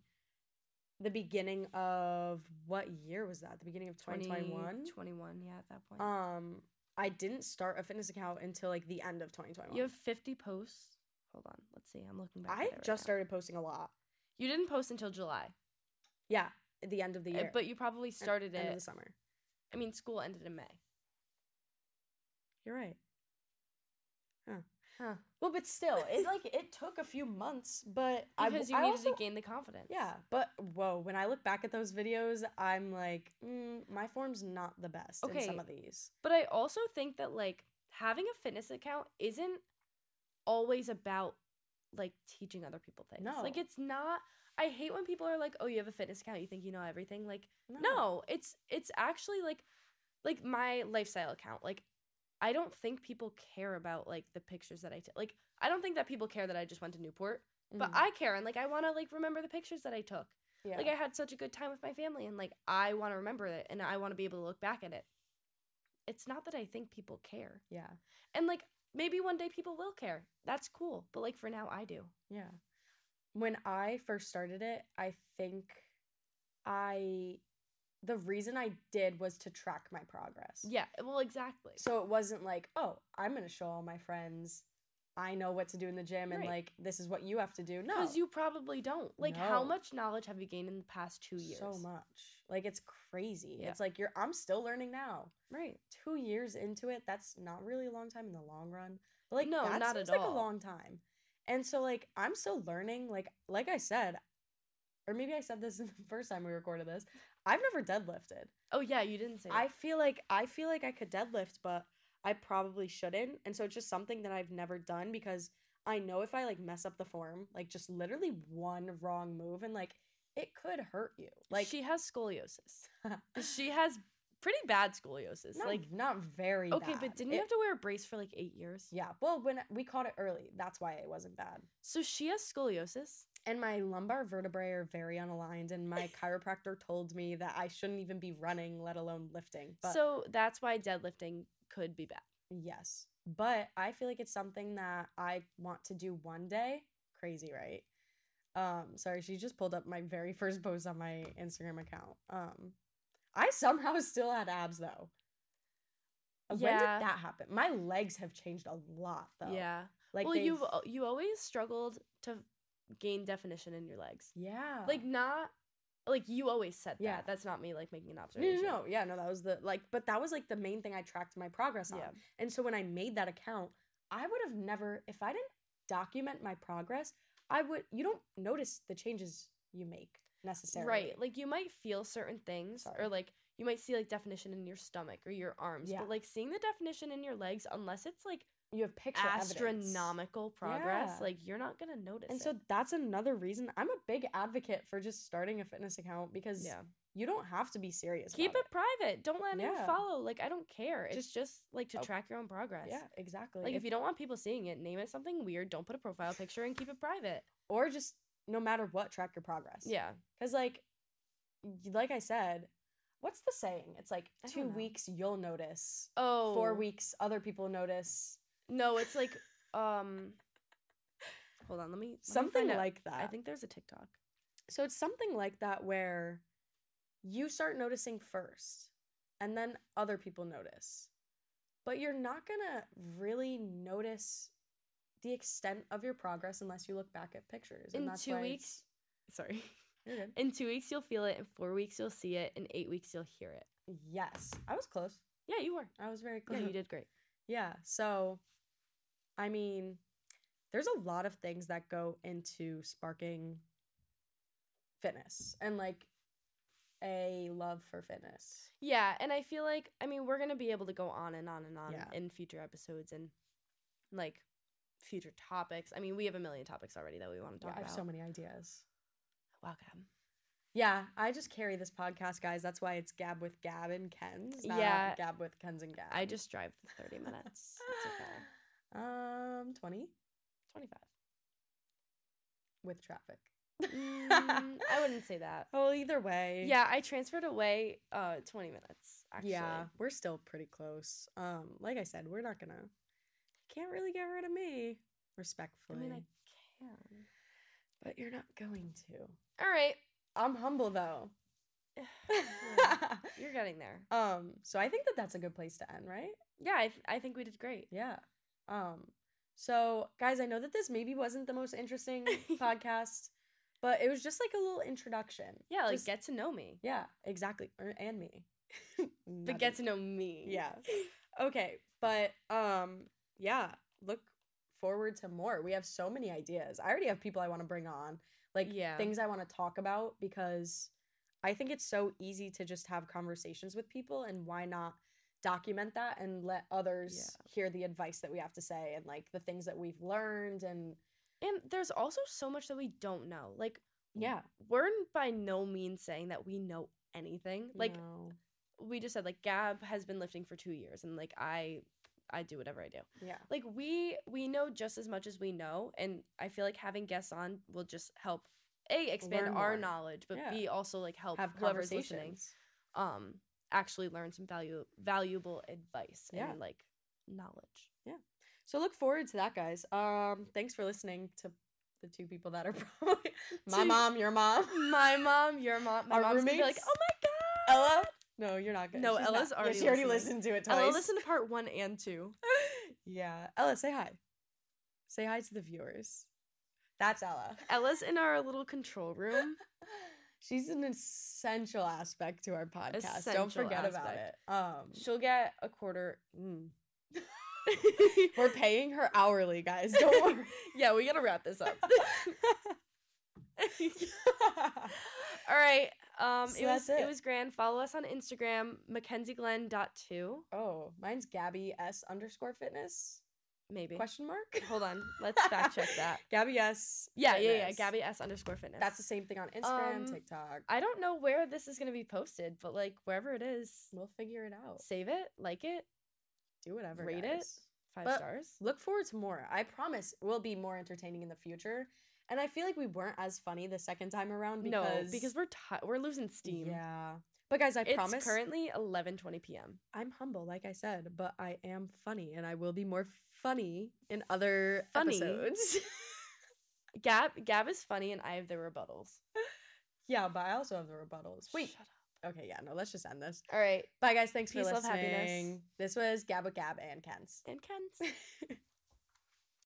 A: the beginning of what year was that? The beginning of 2021.
B: 21, yeah, at that point.
A: Um, I didn't start a fitness account until like the end of 2021.
B: you have 50 posts. Hold on. Let's see. I'm looking back. at
A: I
B: it right
A: just
B: now.
A: started posting a lot.
B: You didn't post until July.
A: Yeah, at the end of the
B: uh,
A: year.
B: But you probably started
A: end of the
B: it.
A: summer.
B: I mean, school ended in May.
A: You're right. Huh.
B: Huh.
A: Well, but still, it like it took a few months, but
B: Because
A: I,
B: you
A: I
B: needed
A: also,
B: to gain the confidence.
A: yeah, but whoa, when I look back at those videos, I'm like, mm, my form's not the best in some
B: Okay.
A: of these.
B: But I also think that like having a fitness account isn't always about like teaching other people things. Like
A: No.
B: it's not I hate when people are like, "Oh, you have a fitness account, you think you know everything." Like
A: No.
B: no, it's it's actually like like my lifestyle account. Like I don't think people care about like the pictures that I t- like I don't think that people care that I just went to Newport, but
A: Mhm.
B: I care and like I want to like remember the pictures that I took.
A: yeah.
B: Like I had such a good time with my family and like I want to remember it and I want to be able to look back at it. It's not that I think people care.
A: yeah.
B: And like maybe one day people will care. That's cool. But like for now I do.
A: Yeah. When I first started it, I think I the reason I did was to track my progress.
B: Yeah, well exactly.
A: So it wasn't like, oh, I'm going to show all my friends I know what to do in the gym and
B: Right.
A: like this is what you have to do. No.
B: Cuz you probably don't. Like how
A: No.
B: much knowledge have you gained in the past 2 years?
A: so much. Like it's crazy.
B: Yeah.
A: It's like you're I'm still learning now.
B: Right.
A: 2 years into it, that's not really a long time in the long run. But like
B: No,
A: that
B: not
A: seems
B: at
A: like a
B: all.
A: long time. And so like I'm still learning like like I said or maybe I said this in the first time we recorded this. I've never deadlifted.
B: Oh yeah, you didn't say
A: I
B: that.
A: feel like I feel like I could deadlift, but I probably shouldn't. And so it's just something that I've never done because I know if I like mess up the form, like just literally one wrong move and like it could hurt you. Like
B: she has scoliosis. she has pretty bad scoliosis.
A: not,
B: like
A: like not very
B: Okay,
A: bad.
B: but didn't
A: It-
B: you have to wear a brace for like 8 years?
A: Yeah. Well, when we caught it early, that's why it wasn't bad.
B: So she has scoliosis.
A: And my lumbar vertebrae are very unaligned and my chiropractor told me that I shouldn't even be running, let alone lifting. But
B: so that's why deadlifting could be bad.
A: Yes. But I feel like it's something that I want to do one day. Crazy, right? Um, sorry, she just pulled up my very first post on my Instagram account. Um, I somehow still had abs though. Uh, When
B: Yeah.
A: did that happen? My legs have changed a lot though.
B: Yeah.
A: Like
B: well,
A: they've-
B: you've al- you always struggled to gain definition in your legs.
A: yeah.
B: Like not like you always said that.
A: Yeah.
B: That's not me like making an
A: no, no,
B: observation.
A: no, yeah, no, that was the like, but that was like the main thing I tracked my progress on.
B: Yeah.
A: And so when I made that account, I would have never, if I didn't document my progress, I would, you don't notice the changes you make necessarily.
B: Right. Like you might feel certain things
A: Sorry.
B: or like you might see like definition in your stomach or your arms,
A: Yeah.
B: but like seeing the definition in your legs unless it's like
A: You have picture evidence.
B: astronomical progress,
A: Yeah.
B: like you're not going to notice.
A: And so
B: it.
A: that's another reason I'm a big advocate for just starting a fitness account because
B: yeah.
A: you don't have to be serious.
B: Keep
A: about
B: it private. Don't let anyone
A: Yeah.
B: follow. Like I don't care. It's
A: Just-
B: just, like to
A: Oh.
B: track your own progress.
A: Yeah, exactly.
B: Like if
A: If-
B: you don't want people seeing it, name it something weird. Don't put a profile picture and keep it private.
A: or just no matter what, track your progress.
B: Yeah.
A: Because, like, y- like I said, what's the saying? It's like
B: I don't
A: two
B: know.
A: weeks you'll notice,
B: Oh.
A: four weeks other people notice.
B: No, it's like um. Hold on, let me let me
A: something
B: find out.
A: like that.
B: I think there's a TikTok.
A: so. It's something like that where you start noticing first, and then other people notice, but you're not gonna really notice the extent of your progress unless you look back at pictures.
B: In
A: that's
B: two
A: why it's-
B: weeks, sorry.
A: you're good.
B: In two weeks you'll feel it. In four weeks you'll see it. In eight weeks you'll hear it.
A: Yes, I was close.
B: Yeah, you were.
A: I was very close.
B: Yeah, you did great.
A: Yeah. So, I mean, there's a lot of things that go into sparking fitness and like a love for fitness.
B: Yeah, and I feel like I mean we're gonna be able to go on and on and on
A: Yeah.
B: in future episodes and like future topics. I mean we have a million topics already that we want to
A: Yeah,
B: talk
A: I have
B: about.
A: so many ideas.
B: wow, Gab.
A: Yeah, I just carry this podcast, guys. That's why it's Gab with Gab and Ken's. Not
B: Yeah.
A: Gab with Ken's and Gab.
B: I just drive the thirty minutes. It's okay.
A: Um, 20
B: Twenty five.
A: with traffic.
B: Mm, I wouldn't say that.
A: Well, either way.
B: Yeah, I transferred away uh 20 minutes actually.
A: Yeah, we're still pretty close. Um, like I said, we're not gonna can't really get rid of me
B: I
A: respectfully.
B: mean, I can.
A: but you're not going to.
B: All right.
A: I'm humble though.
B: Yeah. You're getting there.
A: um, so I think that that's a good place to end, right?
B: Yeah, I, th- I think we did great.
A: Yeah. Um, so guys, I know that this maybe wasn't the most interesting podcast, but it was just like a little introduction.
B: Yeah, like
A: Just-
B: get to know me.
A: yeah, exactly, Er, and me.
B: But
A: Not e
B: get
A: even-
B: to know me.
A: Yeah. Okay, but um, yeah. Look forward to more. We have so many ideas. I already have people I want to bring on, like
B: Yeah.
A: things I want to talk about because I think it's so easy to just have conversations with people and why not document that and let others hear the advice that we have to say and like the things that we've learned and
B: And there's also so much that we don't know. Like
A: yeah,
B: we're by no means saying that we know anything. Like
A: no.
B: we just said like Gab has been lifting for 2 years and like I I do whatever I do.
A: yeah.
B: Like we we know just as much as we know and I feel like having guests on will just help a expand
A: Learn
B: our
A: more.
B: knowledge but
A: Yeah.
B: b also like help
A: Have
B: whoever's listening
A: conversations.
B: um actually learn some value valuable advice
A: Yeah.
B: and like knowledge.
A: So look forward to that, guys. Um, thanks for listening to the two people that are probably my
B: Two-
A: mom, your mom,
B: My mom, your mom, my
A: Our
B: mom's gonna be like,
A: roommates?
B: "Oh my god."
A: Ella. No, you're not good.
B: No,
A: She's
B: Ella's
A: not-
B: already
A: Yeah, she already
B: listening.
A: listened to it twice.
B: Ella, listen to part one and two.
A: yeah, Ella, say hi. Say hi to the viewers. That's Ella.
B: Ella's in our little control room.
A: She's an essential aspect to our podcast.
B: Essential
A: Don't forget
B: aspect.
A: about it. Um,
B: She'll get a quarter. Mm.
A: we're paying her hourly, guys. Don't worry.
B: yeah, we gotta wrap this up. All right. Um,
A: So
B: it was
A: that's
B: it.
A: it.
B: was grand. Follow us on Instagram, MackenzieGlenn.2,
A: oh, mine's Gabby S underscore fitness
B: maybe.
A: question mark.
B: Hold on, let's fact check that.
A: Gabby S.
B: Yeah, yeah, yeah.
A: Fitness.
B: Gabby S underscore fitness.
A: That's the same thing on Instagram,
B: Um,
A: TikTok.
B: I don't know where this is gonna be posted, but like wherever it is,
A: We'll figure it out.
B: save it, like it,
A: Do whatever.
B: rate it.
A: guys.
B: five
A: But-
B: stars.
A: Look forward to more. I promise we'll be more entertaining in the future. And I feel like we weren't as funny the second time around because
B: no, because we're ti we're losing steam.
A: Yeah. But guys, I
B: it's
A: promise
B: currently 11:20 p.m.
A: I'm humble, like I said, but I am funny and I will be more funny in other
B: Funny?
A: episodes.
B: Gab Gab is funny and I have the rebuttals.
A: yeah, but I also have the rebuttals. Wait.
B: Shut up.
A: Okay, yeah, no, let's just end this.
B: All right.
A: Bye guys, thanks
B: Peace,
A: for
B: love,
A: listening.
B: happiness.
A: This was Gab with Gab and Ken's.
B: And Ken's.